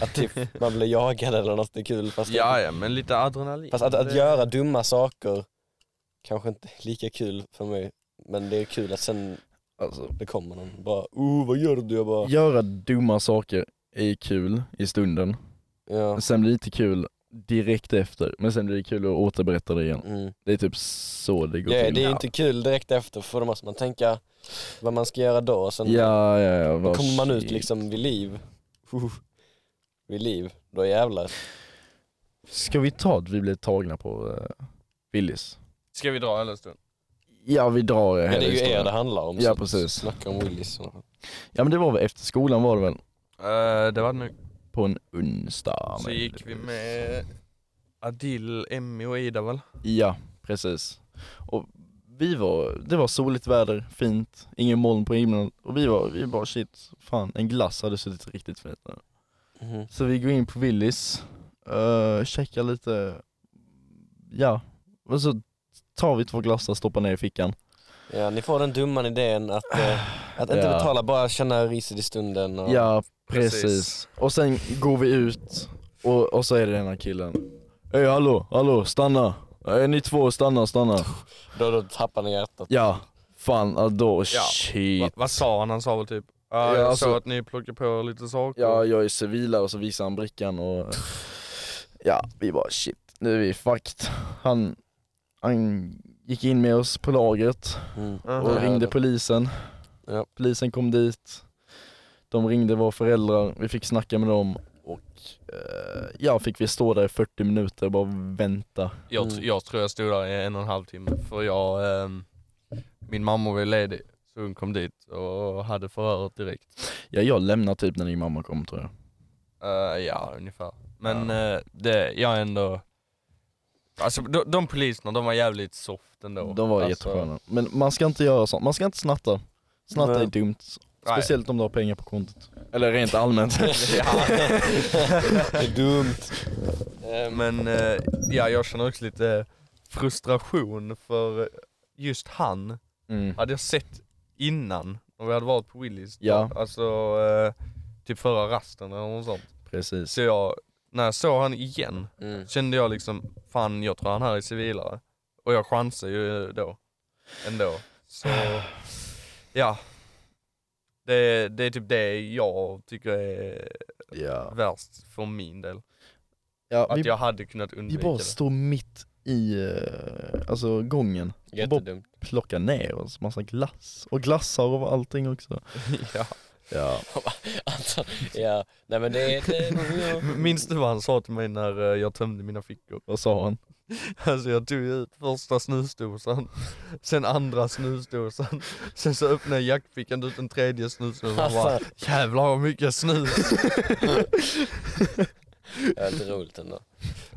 Att typ man blir jagad eller något det är kul fast det- Ja, ja, men lite adrenalin. Fast att, att Det- göra dumma saker kanske inte är lika kul för mig. Men det är kul att sen Alltså, det kommer någon bara oh vad gör du? Jag bara göra dumma saker är kul i stunden, ja. sen blir det inte kul direkt efter, men sen blir det kul att återberätta det igen. Mm. Det är typ så det går Ja, till. det är ju inte kul direkt efter för då måste man tänka vad man ska göra då och sen Ja, ja, ja. då vad kommer man ut shit. liksom vid liv. Uh, vid liv, då jävlar. Ska vi ta att vi blev tagna på uh, Willys? Ska vi dra eller en stund? Ja vi drar Men hela det är ju er historien. det handlar om. Ja, så precis. Snacka om Willys. och- Ja men det var väl efter skolan var det väl? Eh, det var nu. På en onsdag. Så men- gick vi med Adil, Emmy och Ida väl? Ja, precis. Och vi var, det var soligt väder, fint, ingen moln på himlen och vi var, vi bara shit, fan en glass hade suttit riktigt fint nu. Mhm. Så vi går in på Willys, eh, checkar lite, ja, och så tar vi två glassar, stoppar ner i fickan. Ja, ni får den dumma idén att eh, Att inte Ja. betala, bara känna riset i stunden. Och... Ja, precis. Precis. Och sen går vi ut och, och så är det den här killen. Hej hallå, hallå, stanna. Är ni två, stanna, stanna. Då, då tappar ni hjärtat. Ja, fan ja, då, Ja, shit. Va, vad sa han? Han sa väl typ ah, Ja, jag alltså- såg att ni plockar på lite saker. Ja, jag är civilare och så visar han brickan och ja, vi bara shit, nu är vi fucked. Han, han gick in med oss på lagret Mm. Mhm. och Ja, ringde det- polisen. Ja. Polisen kom dit, de ringde våra föräldrar, vi fick snacka med dem och eh, ja, fick vi stå där i 40 minuter och bara vänta. Jag, Mm. tr- jag tror jag stod där i en och en halv timme för jag, ehm, min mamma var ju ledig. Så hon kom dit och hade förhöret direkt. Ja, jag lämnade typ när din mamma kom tror jag. Eh, ja, ungefär. Men eh, det, jag är ändå... Alltså de, de poliserna, de var jävligt soft ändå. De var alltså, jättesköna. Men man ska inte göra sånt, man ska inte snatta. Snatta Nej. är dumt. nej. Speciellt om du har pengar på kontot. Eller rent allmänt. Det är dumt. Eh, Men eh, ja, jag känner också lite frustration för just han Mm. hade jag sett innan när vi hade varit på Willys. Ja. Alltså eh, typ förra rasten eller något sånt. Precis. Så jag, när jag såg han igen Mm. kände jag liksom fan jag tror han här är civilare. Och jag chansar ju då. Ändå. Så ja. Det, det är typ det jag tycker är Ja. värst för min del. ja Att vi, jag hade kunnat vi undvika bara det. står mitt i eh, alltså, gången och bara Jättedumt. plockar ner oss massa glass. Och glassar och allting också. ja. Ja. Alltså, ja. Nej men det är... Det, M- Minns du vad han sa till mig när eh, jag tömde mina fickor? Vad sa han? Alltså jag tog ut första snusdosan, sen andra snusdosan, sen så öppnade jag jackfickan ut en tredje snusdosa och bara jävlar vad mycket snus. ja, det är roligt ändå.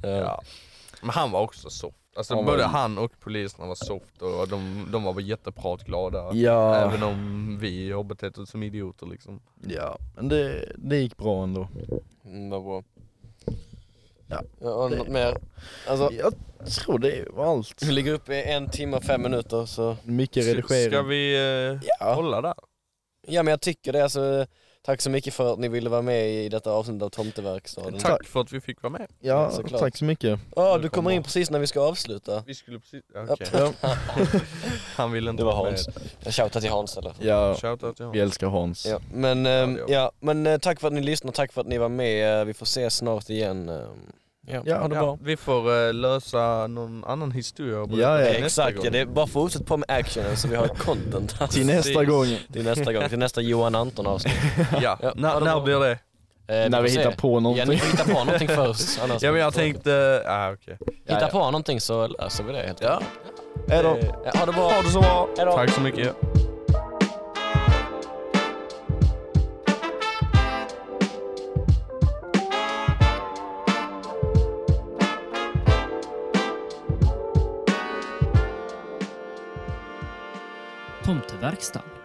Ja. Ja. Men han var också soft. Alltså Han var- både han och poliserna var soft och de, de var bara jättepratglada. Ja. Även om vi har betett oss som idioter liksom. ja. Men det, det gick bra ändå. Mm, vad bra. Ja. och Det- något mer? Alltså, Jag tror det var allt. vi ligger uppe i en timme och fem minuter så... Mycket redigering. Ska vi eh, Ja. hålla där? ja men jag tycker det. Alltså, tack så mycket för att ni ville vara med i detta avsnitt av Tomteverkstaden. Tack för att vi fick vara med. Ja, såklart. tack så mycket. Ja, du kommer in precis när vi ska avsluta. Vi skulle precis, okej. Ja. Han ville inte Det var vara med. Hans. Jag shoutar till Hans eller? Ja, Shoutout till honom. vi älskar Hans. Ja, men, ehm, det gör vi. ja, men eh, tack för att ni lyssnar, tack för att ni var med. Eh, Vi får ses snart igen. ehm. Ja, Ja, ha det Ja, bra. vi får eh, lösa någon annan historia och Ja, ja. berätta nästa Exakt, gång. ja, det är bara fortsätt på med actionen så vi har content här. Till nästa Precis. gång Till nästa gång, till nästa Johan Anton avsnitt. Eh, Ja. Ja, ha När, det när bra. blir det? när vi hittar på Ja, ni någonting. får hitta på någonting först. Annars Ja men jag tänkte, ah, okej. Hitta Ja, ja. på någonting så löser vi det helt enkelt. Hej då. Ja, Ha det bra. Ha det så bra. Hej då. Tack så mycket. Tomteverkstan